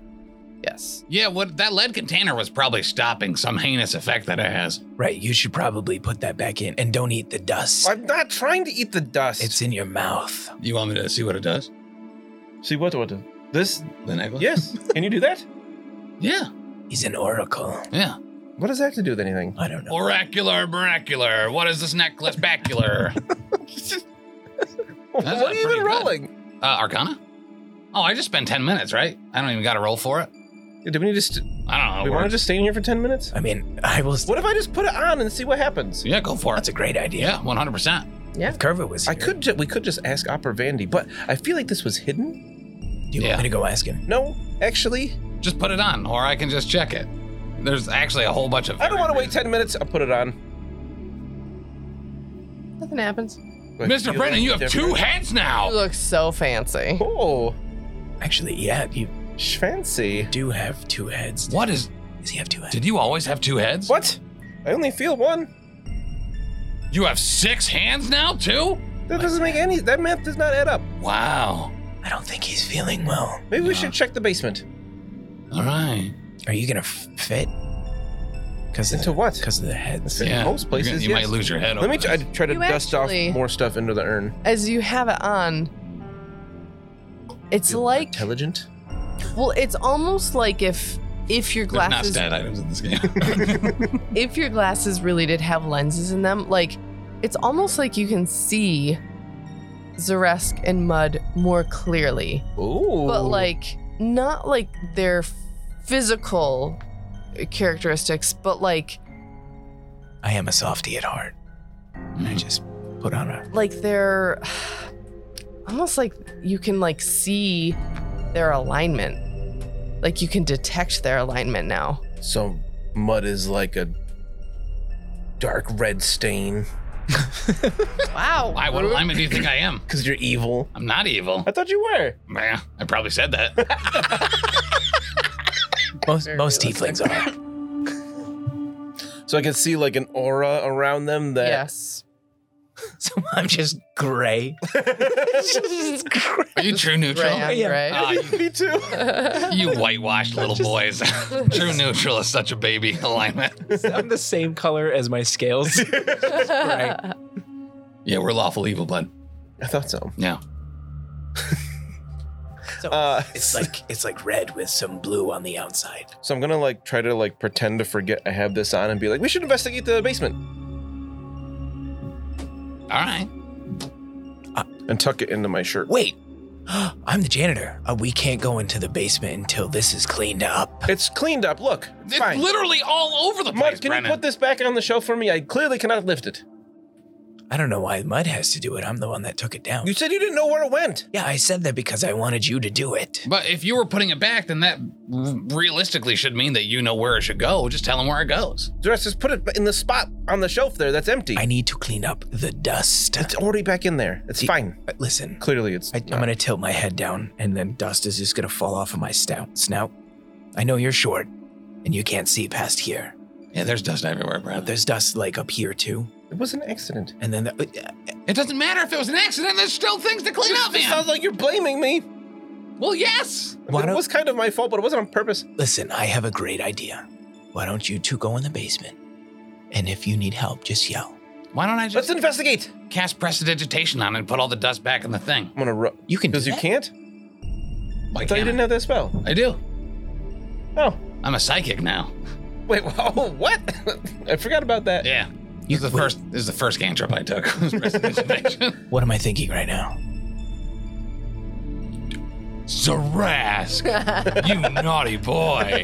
Yes. Yeah, what that lead container was probably stopping some heinous effect that it has. Right. You should probably put that back in, and don't eat the dust. I'm not trying to eat the dust. It's in your mouth. You want me to see what it does? See what what this? The necklace? Yes. Can you do that? Yeah. He's an oracle. Yeah. What does that have to do with anything? I don't know. Oracular, miracular. What is this necklace? Bacular. what That's have you Ah, pretty been good. rolling? uh, Arcana? Oh, I just spent 10 minutes, right? I don't even got to roll for it. Yeah, Do we need to? St- I don't know. how it we want to works. just stay in here for ten minutes? I mean, I will. What if I just put it on and see what happens? Yeah, go for it. That's a great idea. Yeah, 100%. Yeah. If Curva was I here, could. Ju- we could just ask Opera Vandy, but I feel like this was hidden. Do you Yeah. want me to go ask him? No, actually, Just put it on, or I can just check it. There's actually a whole bunch of. I don't want to wait ten minutes. I'll put it on. Nothing happens. I Mr. feel Brennan, like you have two different- heads You now. look so fancy. Oh, Actually, yeah, you sh- fancy. do have two heads. What is. Does he have two heads? Did you always have two heads? What? I only feel one. You have six hands now, too? That doesn't make any. That math does not add up. Wow. I don't think he's feeling well. Maybe we Yeah. should check the basement. All right. Are you gonna f- fit? Because Into what? Because of the heads. In Yeah. most you're gonna- places, you yes. might lose your head. Let over me try, this. try to You dust actually- off more stuff into the urn. As you have it on, it's Feel like intelligent. well, it's almost like if if your There's not glasses stat items in this game. if your glasses really did have lenses in them, like it's almost like you can see Zaresk and Mud more clearly, Ooh. but like not like their physical characteristics, but like I am a softie at heart. I just put on a like they're almost like you can like see their alignment. Like you can detect their alignment now. So mud is like a dark red stain Wow. Why? What alignment do you think I am? because you're evil. I'm not evil. I thought you were. Meh, I probably said that. most Very most realistic. tieflings are. So I can see like an aura around them that Yes. So I'm just gray. Are you true neutral? Right. yeah. Right. Ah, you, Me too. you whitewashed little boys. true neutral is such a baby alignment. I'm the same color as my scales. right. Yeah, we're lawful evil, bud. I thought so. Yeah. So Uh, it's like it's like red with some blue on the outside. So I'm gonna like try to like pretend to forget I have this on and be like, we should investigate the basement All right. and tuck it into my shirt. Wait, I'm the janitor. Uh, we can't go into the basement until this is cleaned up. It's cleaned up. Look, it's It's fine. literally all over the place, Mud, can Brennan. you put this back on the shelf for me? I clearly cannot lift it. I don't know why mud has to do it. I'm the one that took it down. You said you didn't know where it went. yeah, I said that because I wanted you to do it. But if you were putting it back, then that r- realistically should mean that you know where it should go. Just tell him where it goes. The rest just put it in the spot on the shelf there that's empty. I need to clean up the dust. it's already back in there. It's Y- fine. But listen, Clearly, it's. I, I'm gonna tilt my head down, and then dust is just gonna fall off of my stout snout. I know you're short, and you can't see past here. Yeah, there's dust everywhere, But Brad. there's dust like up here too, It was an accident. and then the, uh, It doesn't matter if it was an accident. There's still things to clean up, It man. sounds like you're blaming me. Well, yes. I Why mean, it don't- was kind of my fault, but it wasn't on purpose. Listen, I have a great idea. Why don't you two go in the basement? And if you need help, just yell. Why don't I Let's just investigate. cast prestidigitation on it and put all the dust back in the thing? I'm gonna rub. You can do Because you that. can't? Why I thought you can't didn't have that spell. I? I do. Oh. I'm a psychic now. Wait, whoa, what? I forgot about that. Yeah. This is the wait. first. This is the first cantrip I took. was prestidigitation. What am I thinking right now? Zarask, you naughty boy.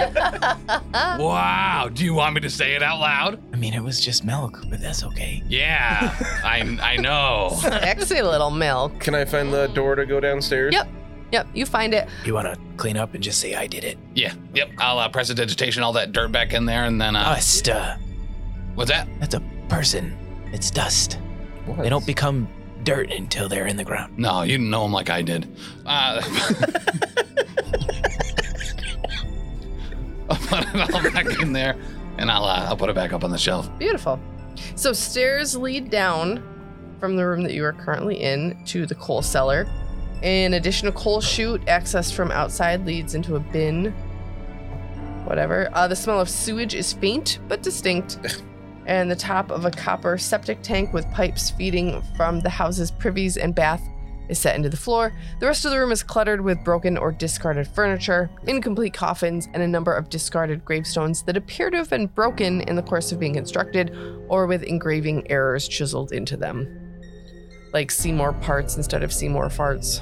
Wow. Do you want me to say it out loud? I mean, it was just milk, but that's okay. Yeah. I I know. Sexy little milk. Can I find the door to go downstairs? Yep. Yep, you find it. You want to clean up and just say I did it. Yeah. Yep. I'll uh, press the digitation, all that dirt back in there, and then uh, Dust. Uh, what's that? that's a person. It's dust. What? They don't become dirt until they're in the ground. No, you didn't know him like I did. Uh, I'll put it all back in there, and I'll uh, I'll put it back up on the shelf. Beautiful. So stairs lead down from the room that you are currently in to the coal cellar. An additional coal chute accessed from outside leads into a bin. Whatever. Uh, the smell of sewage is faint but distinct. and the top of a copper septic tank with pipes feeding from the house's privies and bath is set into the floor. The rest of the room is cluttered with broken or discarded furniture, incomplete coffins, and a number of discarded gravestones that appear to have been broken in the course of being constructed or with engraving errors chiseled into them. Like Seymour parts instead of Seymour farts.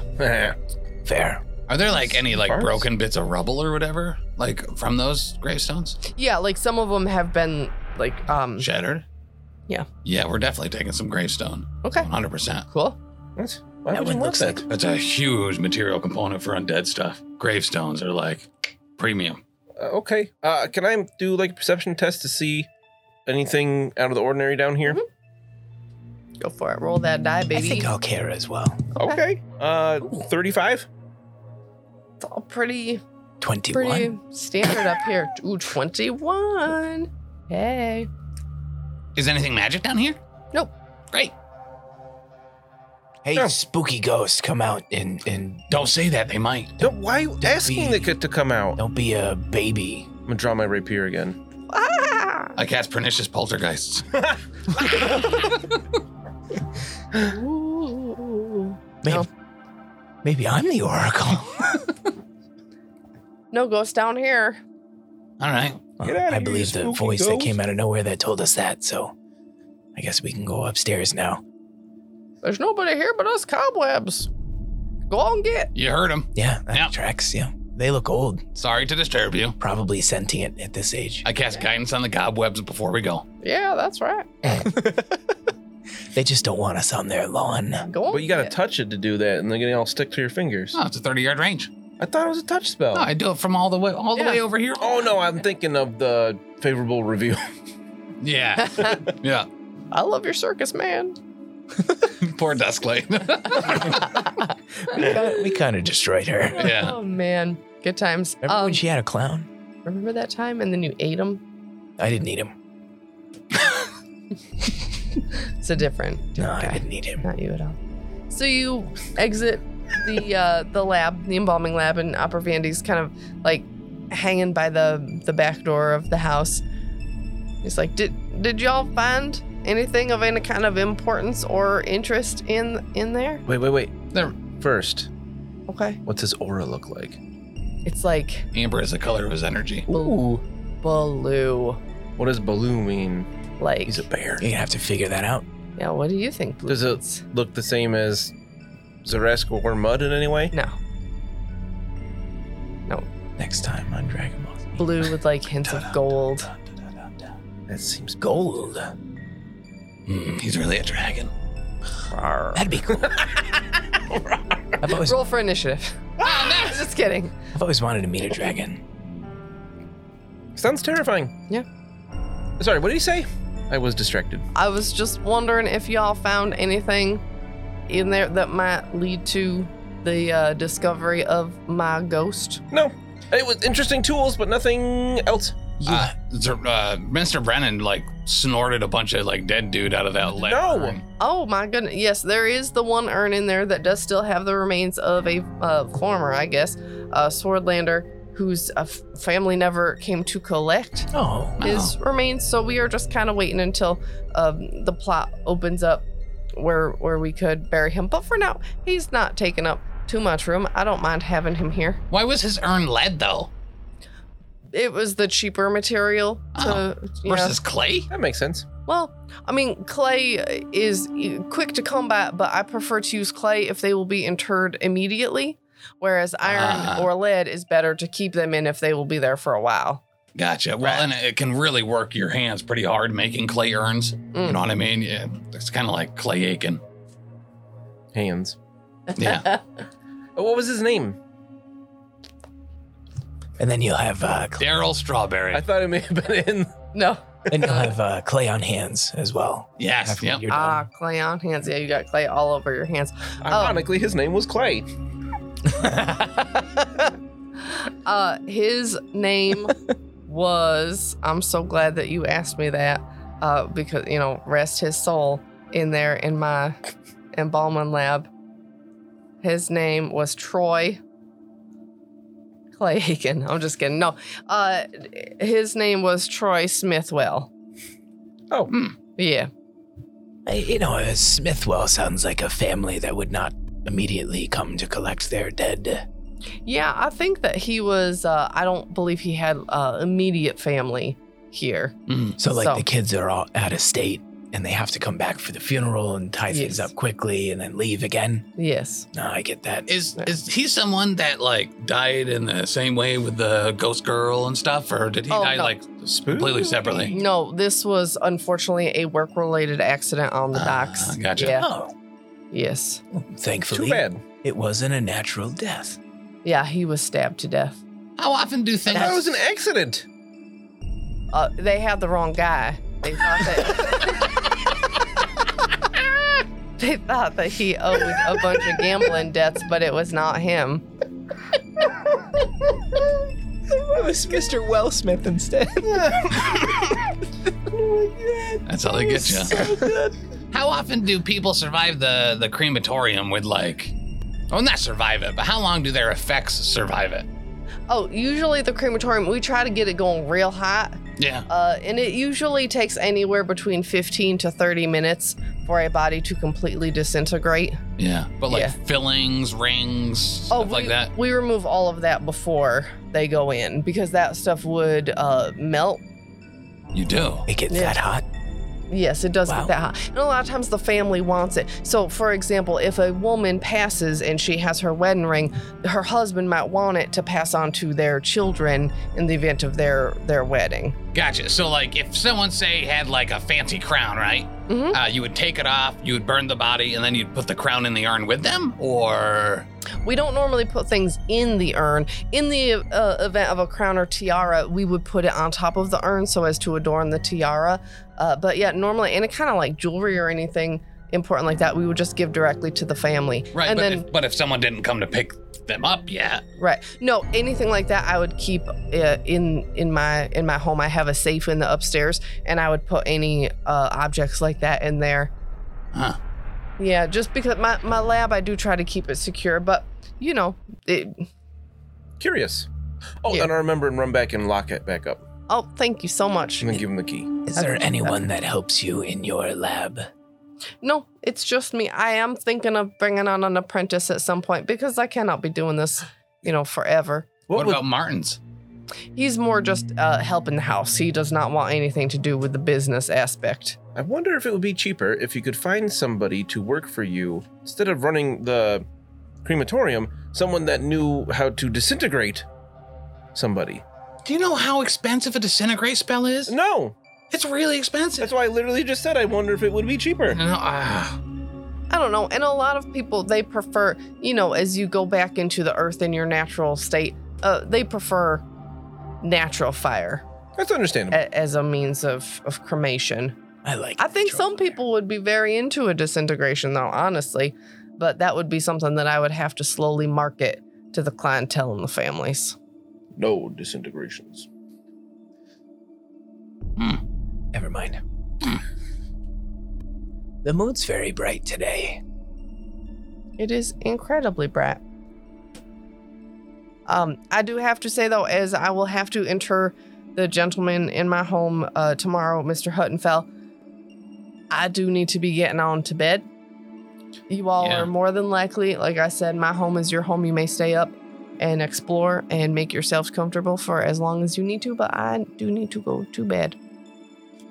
Fair. Are there like any like Farts? broken bits of rubble or whatever, like from those gravestones, Yeah, like some of them have been like um shattered? Yeah. Yeah, we're definitely taking some gravestone. okay, 100. percent cool. What? Why That would you one want looks that? That's a huge material component for undead stuff. Gravestones are like premium. Uh, okay. Uh, can I do like a perception test to see anything out of the ordinary down here? Go for it. Roll that die, I baby. think I'll care as well. Okay. Uh, thirty-five. it's all pretty 21. pretty standard up here. Ooh, 21. Hey. Is anything magic down here? Nope. Great. Hey, Yeah. spooky ghost, come out and, and Don't say that. They might. No, why are you asking be- the kid to come out? don't be a baby. I'm gonna draw my rapier again. Ah! I cast pernicious poltergeists. Ooh. Maybe, No. maybe I'm the oracle. No ghost down here. All right. Well, Get outta I here, you believe the spooky voice that ghost. came out of nowhere that told us that, so I guess we can go upstairs now. There's nobody here but us cobwebs. Go on, get. You heard him. Yeah, that Yeah. tracks, yeah. They look old, Sorry to disturb you. probably sentient at this age. I cast guidance on the cobwebs before we go. Yeah, that's right. They just don't want us on their lawn. Go on. But you gotta Yeah. touch it to do that, and they're gonna all stick to your fingers. Oh, it's a 30 yard range. I thought it was a touch spell. Oh, I do it from all the way all the Yeah. way over here. oh no, I'm thinking of the favorable review. Yeah. yeah. I love your circus, man. Poor Dusklight. we kind of destroyed her. Yeah. Oh man, good times. Remember Um, when she had a clown? remember that time, and then you ate them. I didn't need him. It's a different, No, different I guy. didn't need him. Not you at all. So you exit the uh, the lab, the embalming lab, and Opera Vandy's kind of like hanging by the the back door of the house. He's like, "Did did y'all find anything of any kind of importance or interest in in there?" wait, wait, wait. There. First, Okay, what's his aura look like? it's like Amber is the color of his energy. Ooh. blue, What does balloon mean? like He's a bear. You're gonna have to figure that out. yeah. What do you think? Blue Does it- means? Look the same as Zaresk or Mud in any way? No, Next time on Dragon Ball. Z. blue with like hints of gold. That seems. Gold. Hmm, he's really a dragon. That'd be cool. I've always, Roll for initiative. Oh, Just kidding. I've always wanted to meet a dragon. Sounds terrifying. Yeah. Sorry, what did he say? I was distracted. I was just wondering if y'all found anything in there that might lead to the uh, discovery of my ghost. No. It was interesting tools, but nothing else. Uh, Zer- uh, Mr. Brennan like snorted a bunch of like dead dude out of that leg. No. Oh my goodness! Yes, there is the one urn in there that does still have the remains of a uh, former, I guess, uh, swordlander whose uh, f- family never came to collect Oh, his remains. So we are just kind of waiting until um, the plot opens up where where we could bury him. But for now, he's not taking up too much room. I don't mind having him here. Why was his urn lead though? it was the cheaper material to yeah. Oh. Versus clay? That makes sense. well i mean clay is e, quick to combat but i prefer to use clay if they will be interred immediately whereas iron Ah. or lead is better to keep them in if they will be there for a while Gotcha. Well, and it can really work your hands pretty hard making clay urns. Mm. You Hmm. know what I mean? Yeah, it's kind of like clay Aiken. Hands. Yeah. Oh, what was his name? and then you'll have uh, cl- Daryl Strawberry. I thought it may have been in. no then you'll have uh, clay on hands as well. yes. after Yep. you're done. ah clay on hands yeah you got clay all over your hands Ironically, his name was Clay. uh his name was i'm so glad that you asked me that uh because you know rest his soul in there in my embalming lab his name was troy clay aiken i'm just kidding no uh his name was troy smithwell Oh. Hmm. yeah I- you know, a Smithwell sounds like a family that would not immediately come to collect their dead. yeah i think that he was uh i don't believe he had uh immediate family here Mm. So, like, So- the kids are all out of state and they have to come back for the funeral and tie things Yes. up quickly and then leave again. yes No, I get that. Is is he someone that like died in the same way with the ghost girl and stuff, or did he Oh, die no. like completely separately? No, this was unfortunately a work related accident on the Ah, docks. gotcha. Yeah. Oh, Yes. Too thankfully, bad. it wasn't a natural death. Yeah, he was stabbed to death. How often do I things? thought it was an accident. Uh, they had the wrong guy. They thought that. they thought that he owed a bunch of gambling debts, but it was not him. It was Mr. Wellsmith instead. That's how they get you. How often do people survive the the crematorium with like, well, not survive it, but how long do their effects survive it? Oh, usually the crematorium, we try to get it going real hot. Yeah. Uh, and it usually takes anywhere between 15 to 30 minutes for a body to completely disintegrate. Yeah. But like Yeah. Oh, fillings, rings, stuff we, like that. We remove all of that before they go in because that stuff would uh, melt. You do. It gets Yeah. that hot. Yes, it does Wow. get that hot. And a lot of times the family wants it. So, for example, if a woman passes and she has her wedding ring, her husband might want it to pass on to their children in the event of their their wedding. Gotcha. So, like, if someone say had like a fancy crown, right? Mhm. Uh, you would take it off, you would burn the body, and then you'd put the crown in the urn with them, or We don't normally put things in the urn. In the uh, event of a crown or tiara, we would put it on top of the urn so as to adorn the tiara. Uh, but yeah, normally, and it kind of like jewelry or anything important like that, we would just give directly to the family. right. And but, then if, but if someone didn't come to pick them up yet, Right. No, anything like that, I would keep uh, in in my in my home. I have a safe in the upstairs, and I would put any uh, objects like that in there. Huh. Yeah, just because my my lab, I do try to keep it secure, but you know, it, Curious. Oh, Yeah. and I remember and run back and lock it back up. oh, thank you so much. And then give him the key. Is there anyone that helps you in your lab? No, it's just me. I am thinking of bringing on an apprentice at some point because I cannot be doing this, you know, forever. what, What, would, about Martin's? He's more just uh, helping the house. He does not want anything to do with the business aspect. I wonder if it would be cheaper if you could find somebody to work for you instead of running the crematorium, someone that knew how to disintegrate somebody. Do you know how expensive a disintegrate spell is? No, It's really expensive. that's why I literally just said I wonder if it would be cheaper. No, ah. I don't know. And a lot of people, they prefer, you know, as you go back into the earth in your natural state, uh, they prefer natural fire That's understandable. a- as a means of, of cremation. I like. I think natural some people would be very into a disintegration, though, honestly. But that would be something that I would have to slowly market to the clientele and the families. No disintegrations. Never mind. the mood's very bright today. It is incredibly bright. Um, I do have to say though, as I will have to enter the gentleman in my home uh, tomorrow, Mr. Huttenfell. I do need to be getting on to bed. You all Yeah. are more than likely, like I said, my home is your home. You may stay up and explore and make yourselves comfortable for as long as you need to, but I do need to go to bed.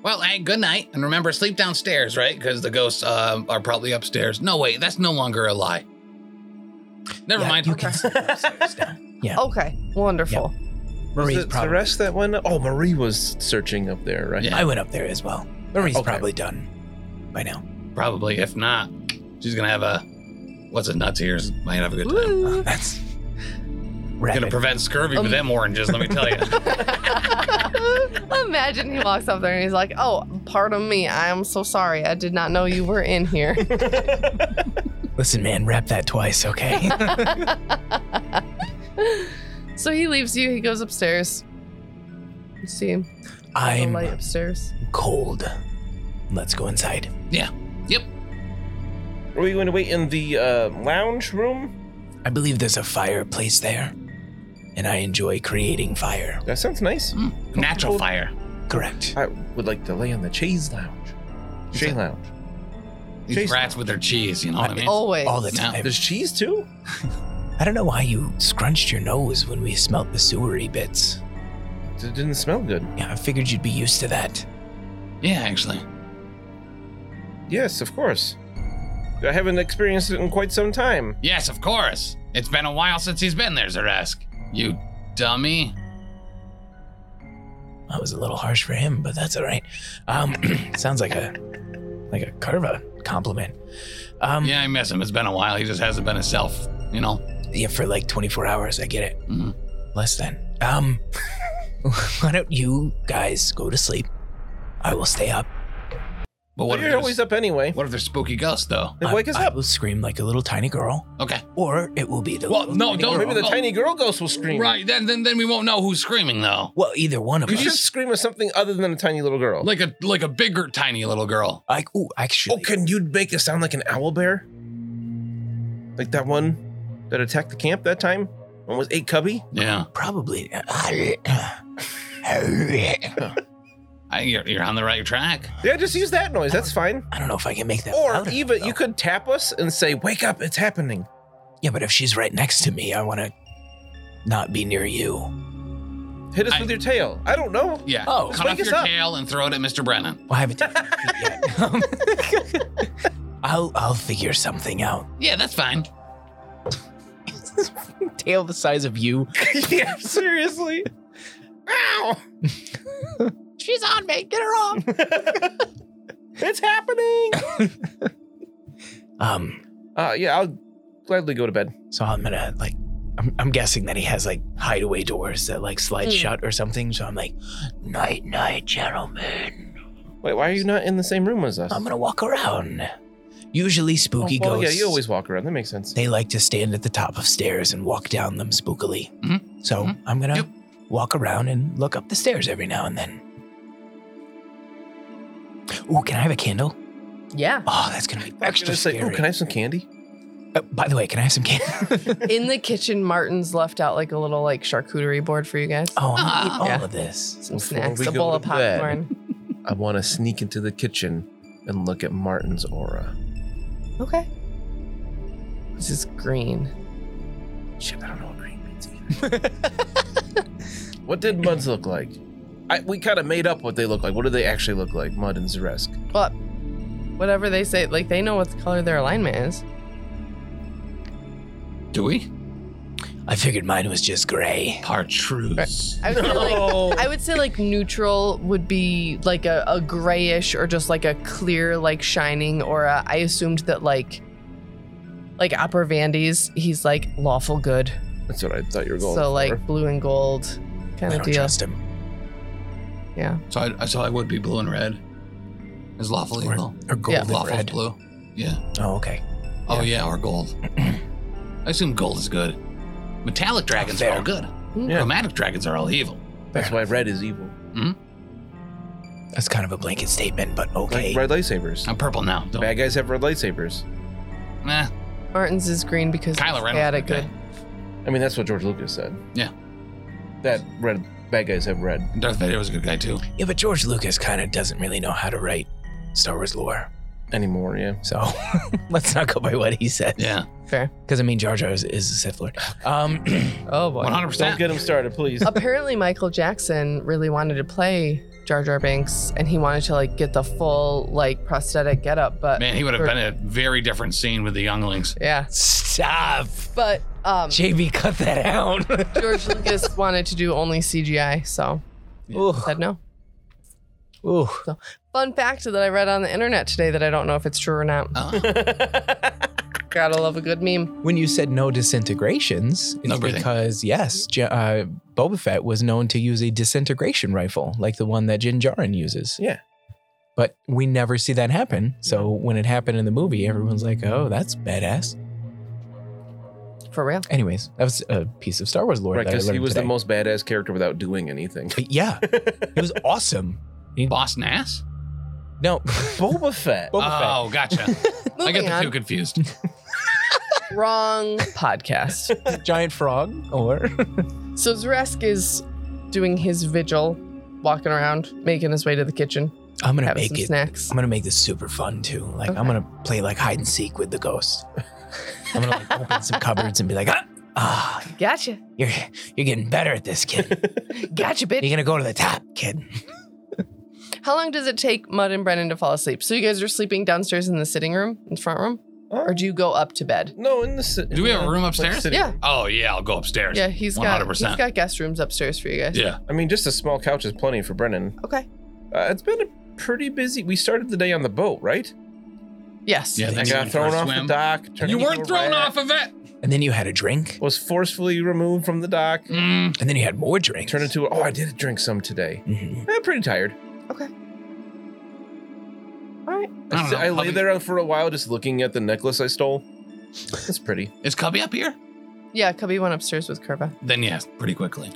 Well, hey, good night, and remember sleep downstairs, right? Because the ghosts um, are probably upstairs. No, wait, that's no longer a lie. Never Yeah, mind. You can sleep upstairs now. Okay, wonderful. Was Marie's it probably. Therese that went up? Oh, Marie was searching up there, right? Yeah. I went up there as well. Marie's Okay. probably done by now. Probably, if not, she's gonna have a what's it nuts ears might have a good time. Oh, that's Gonna rapid. prevent scurvy with them oranges, let me tell you. Imagine he walks up there and he's like, "Oh, pardon me. I am so sorry. I did not know you were in here." Listen, man, rap that twice, okay? so he leaves you. He goes upstairs. You see him. The light I'm upstairs. cold. Let's go inside. Are we going to wait in the uh, lounge room? I believe there's a fireplace there, and I enjoy creating fire. That sounds nice. Natural fire. Correct. I would like to lay on the chaise lounge. Shay lounge. These Jason. rats with their cheese, you know what I mean? Always. All the now, time. There's cheese too? I don't know why you scrunched your nose when we smelt the sewery bits. It didn't smell good. Yeah, I figured you'd be used to that. Yeah, actually. Yes, of course. I haven't experienced it in quite some time. Yes, of course. It's been a while since he's been there, Zeresk. You dummy. That was a little harsh for him, but that's all right. Um, sounds like a like a curva compliment. Um, Yeah, I miss him. It's been a while. He just hasn't been himself, you know? yeah, for like 24 hours. I get it. Mhm. Less than. Um, why don't you guys go to sleep? I will stay up. But what But if, you're there's- always up anyway. what if there's spooky ghosts, though? Then wake I, us I up. will scream like a little tiny girl, Okay. or it will be the Well, little no, tiny don't- girl. Maybe the Oh. tiny girl ghost will scream. Right, then, then then we won't know who's screaming, though. Well, either one of You us. should scream at something other than a tiny little girl. Like a like a bigger, tiny little girl. Like, ooh, actually, oh, can you make it sound like an owl bear? Like that one that attacked the camp that time? One was eight cubby? Yeah. probably. I, you're, you're on the right track. Yeah, just use that noise. That's fine. I don't know if I can make that. Oh. Or loud enough, even you though. could tap us and say, Wake up, it's happening. Yeah, but if she's right next to me, I want to not be near you. Hit us I- with your tail. I don't know. Yeah. Oh, cut off wake us your up. tail and throw it at Mr. Brennan. Well, I haven't taken it yet. Um, I'll I'll figure something out. Yeah, that's fine. Tail the size of you. yeah, seriously. She's on me. Get her off. It's happening. Um, Uh, yeah, I'll gladly go to bed. so I'm gonna like, I'm, I'm guessing that he has like hideaway doors that like slide Mm. shut or something. So I'm like, night, night, gentlemen. Wait, why are you not in the same room as us? I'm gonna walk around. Usually, spooky oh, yeah, ghosts. you always walk around. That makes sense. They like to stand at the top of stairs and walk down them spookily. So Mhm. I'm gonna Yep. walk around and look up the stairs every now and then. Ooh, can I have a candle? Yeah. Oh, that's gonna be I'm extra gonna say, scary. oh, can I have some candy? Uh, by the way, can oh, I have some candy? In the kitchen, Martin's left out like a little like charcuterie board for you guys. oh, I'm gonna eat all Yeah. of this. Some Before snacks, we a go bowl to of popcorn. I want to sneak into the kitchen and look at Martin's aura. Okay. This is green. Shit, I don't know what green means either. what did muds look like? I, we kind of made up what they look like. What do they actually look like, Mud and Zeresk? Well, whatever they say, like they know what the color their alignment is. Do we? I figured mine was just gray. Chartreuse. I would, say, like, I would say like neutral would be like a, a grayish or just like a clear, like shining aura. I assumed that like like Upper Vandy's, he's like lawful good. That's what I thought you were going So for. like blue and gold kind of I don't deal. trust him. so, I, so I would be blue and red. Is lawful Or- evil. Or golden Lawful red. blue. Yeah. Oh, okay. Oh yeah, or gold. I assume gold is good. Metallic dragons are Fair. all good. Yeah. Chromatic dragons are all evil. That's why red is evil. That's kind of a blanket statement, but okay. Like red lightsabers. I'm purple now. Don't. Bad guys have red lightsabers. Eh, Martin's is green because Kylo it's Ren was had a that guy. good I mean, that's what George Lucas said. Yeah. That red bad guys have red. Darth Vader was a good guy too. yeah, but George Lucas kind of doesn't really know how to write Star Wars lore. Anymore, yeah. So let's not go by what he said. Yeah, Because I mean, Jar Jar is, is a Sith Lord. Um, Oh boy. 100. Don't percent get him started, please. apparently Michael Jackson really wanted to play Jar Jar Binks and he wanted to like get the full like prosthetic getup, but Man, he would have been a very different scene with the younglings. yeah. stop. But um JB, cut that out. George Lucas wanted to do only CGI, so Ooh, said no. ooh. Fun fact that I read on the internet today that I don't know if it's true or not. Uh, Gotta love a good meme. When you said no disintegrations, it's No breathing. because yes, Ja- uh, Boba Fett was known to use a disintegration rifle, like the one that Jin Jarin uses. Yeah. But we never see that happen. So when it happened in the movie, everyone's like, "Oh, that's badass." For real. Anyways, that was a piece of Star Wars lore Right, that I because learned he was today. the most badass character without doing anything. Yeah, it was awesome. Boss Nass. No, Boba Fett. Boba Fett. Oh, gotcha. I Moving got the on. two confused. Wrong podcast. giant frog or so Zaresk is doing his vigil, walking around, making his way to the kitchen, I'm gonna having make some it. snacks. I'm gonna make this super fun too. Like I'm Okay. gonna play like hide and seek with the ghost. I'm gonna like open some cupboards and be like, ah, ah, Gotcha. you're you're getting better at this, kid. Oh. Gotcha, You're bitch. gonna go to the top, kid. How long does it take Mud and Brennan to fall asleep? So you guys are sleeping downstairs in the sitting room, in the front room? Huh? Or do you go up to bed? No, in the city. Do we have a room upstairs? Yeah. Oh yeah, I'll go upstairs. Yeah, he's got he's 100%. got guest rooms upstairs for you guys. Yeah. I mean, just a small couch is plenty for Brennan. Okay. Uh, it's been a pretty busy. We started the day on the boat, right? Yes. Yeah, I thanks. got for thrown a off the swim. dock. turned You into weren't a thrown rat, off of it. And then you had a drink, Was forcefully removed from the dock. Mm, and then you had more drinks. Turned into. A, oh, I did drink some today. Hmm. Mhm. I'm pretty tired. I I, don't s- know. I lay Cubby- there for a while, just looking at the necklace I stole. That's pretty. Is Cubby up here? Yeah, Cubby went upstairs with Kerva. Then yes, pretty quickly.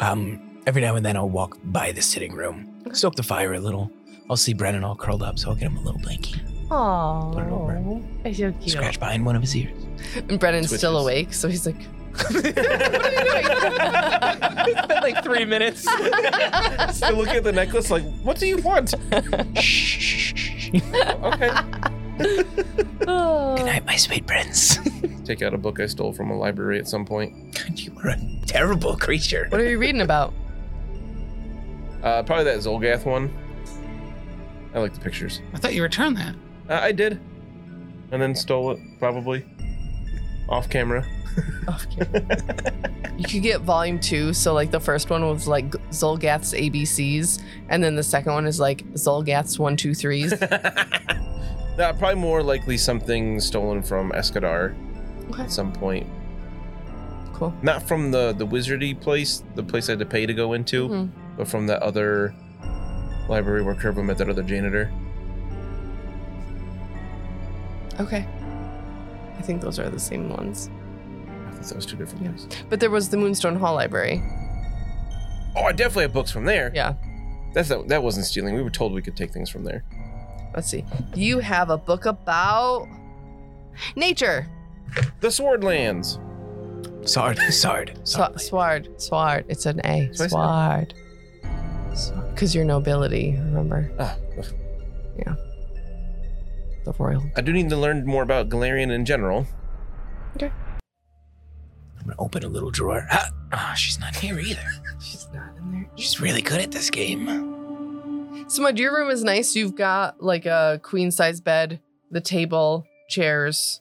Um, every now and then I'll walk by the sitting room, Okay. soak the fire a little. I'll see Brennan all curled up, so I'll get him a little blankie, Aww. Put it over That's so cute. scratch behind one of his ears. And Brennan's still Twitches. awake, so he's like, What are you doing? like three minutes. Still looking at the necklace, like, what do you want? okay. Uh. Good night, my sweet prince. take out a book I stole from a library at some point. God, you are a terrible creature. What are you reading about? Uh, probably that Zolgath one. I like the pictures. I thought you returned that. Uh, I did, and then stole it probably off camera. Oh, You could get volume two. So, like, the first one was like Zolgath's ABCs, and then the second one is like Zolgath's one, two, threes. nah, probably more likely something stolen from Escadar Okay. at some point. Cool. Not from the the wizardy place, the place I had to pay to go into, Mhm. but from that other library where Kerba met that other janitor. Okay. I think those are the same ones. I thought that was two different Yeah. places. But there was the Moonstone Hall Library. Oh, I definitely have books from there. Yeah. That's not, that wasn't stealing. We were told we could take things from there. Let's see. You have a book about nature. The Swordlands. Sard, Sard, Swa- sward. Sward. It's an A. That's what I said. Sward. Because you're nobility, remember? Ah, ugh. The royal. I do need to learn more about Galarian in general. I'm gonna open a little drawer. Ah, ah, she's not here either. She's not in there. She's really good at this game. So my your room is nice. You've got like a queen size bed, the table, chairs.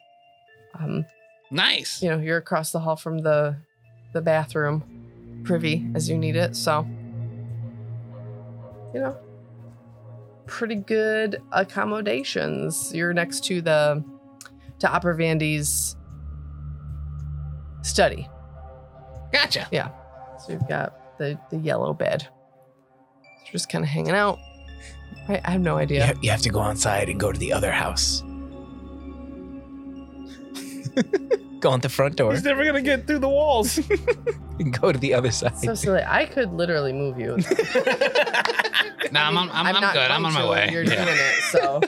Um, Nice. you know, you're across the hall from the the bathroom, privy as you need it. So, you know, pretty good accommodations. You're next to the to Opera Vandy's study. Gotcha. So you've got the the yellow bed. So just kind of hanging out. I, I have no idea. You, ha- you have to go outside and go to the other house. Go out the front door He's never gonna get through the walls. and go to the other side. So silly. I could literally move No, you. I'm, on, I'm, I'm, not good. I'm on my going to, way. You're Yeah. doing it, so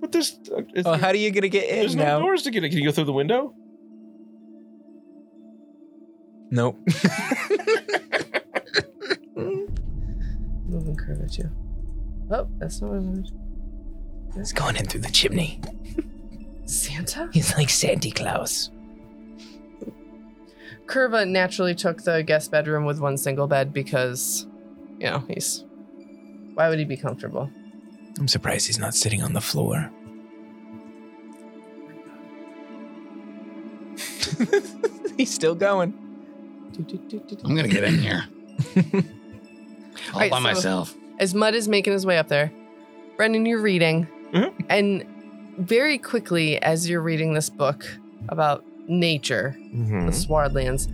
but there's, uh, is oh, there- how are you gonna get there's in no now? doors to get in. Can you go through the window? Nope. moving curve at you. Oh, that's not what I wanted. He's going in through the chimney. Santa? He's like Santa Claus. Curva naturally took the guest bedroom with one single bed because, you know, he's. Why would he be comfortable? I'm surprised he's not sitting on the floor. He's still going. I'm going to get in here. All Alright, by so- myself. As Mud is making his way up there, Brendan, you're reading. Mhm. And very quickly, as you're reading this book about nature, Mm-hmm. the Swardlands,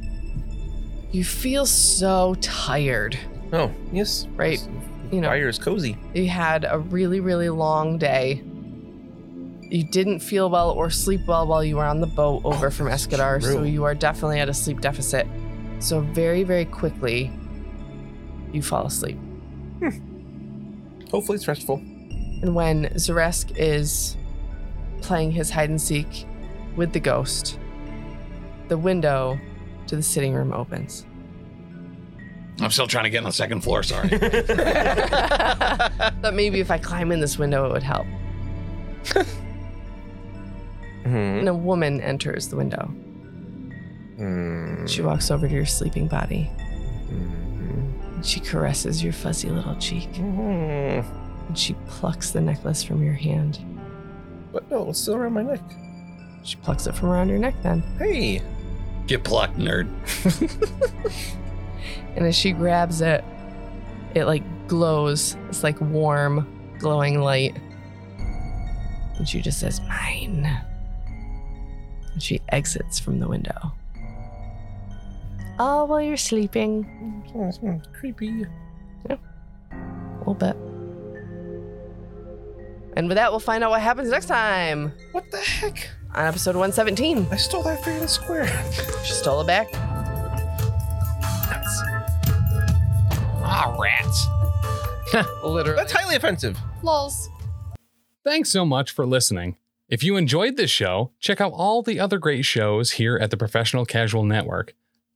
you feel so tired. Oh, yes. Right, You know, Fire is cozy. You had a really, really long day. You didn't feel well or sleep well while you were on the boat over from Escadar, so true. you are definitely at a sleep deficit. So, very, very quickly, you fall asleep. Hopefully it's restful. And when Zaresk is playing his hide and seek with the ghost, the window to the sitting room opens. I'm still trying to get on the second floor. Sorry. Mm-hmm. But maybe if I climb in this window, it would help. Mm-hmm. And a woman enters the window. She walks over to your sleeping body. and She caresses your fuzzy little cheek and she plucks the necklace from your hand. But no, it's still around my neck. She plucks it from around your neck then. Hey. get plucked, nerd. And as she grabs it, it like glows. It's like warm, glowing light. And she just says, Mine. And she exits from the window. All while you're sleeping. mm-hmm, Creepy. A little bit. And with that, we'll find out what happens next time What the heck? on episode 117. I stole that freaking square. She stole it back. Ah, rats. Literally. That's highly offensive. Lols. Thanks so much for listening. If you enjoyed this show, check out all the other great shows here at the Professional Casual Network.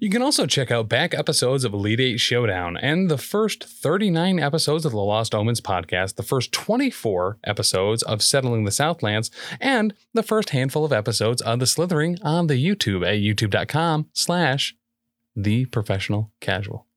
You can also check out back episodes of Elite Eight Showdown and the first 39 episodes of the Lost Omens podcast, the first 24 episodes of Settling the Southlands, and the first handful of episodes of The Slithering on the YouTube at youtube.com slash the professional casual.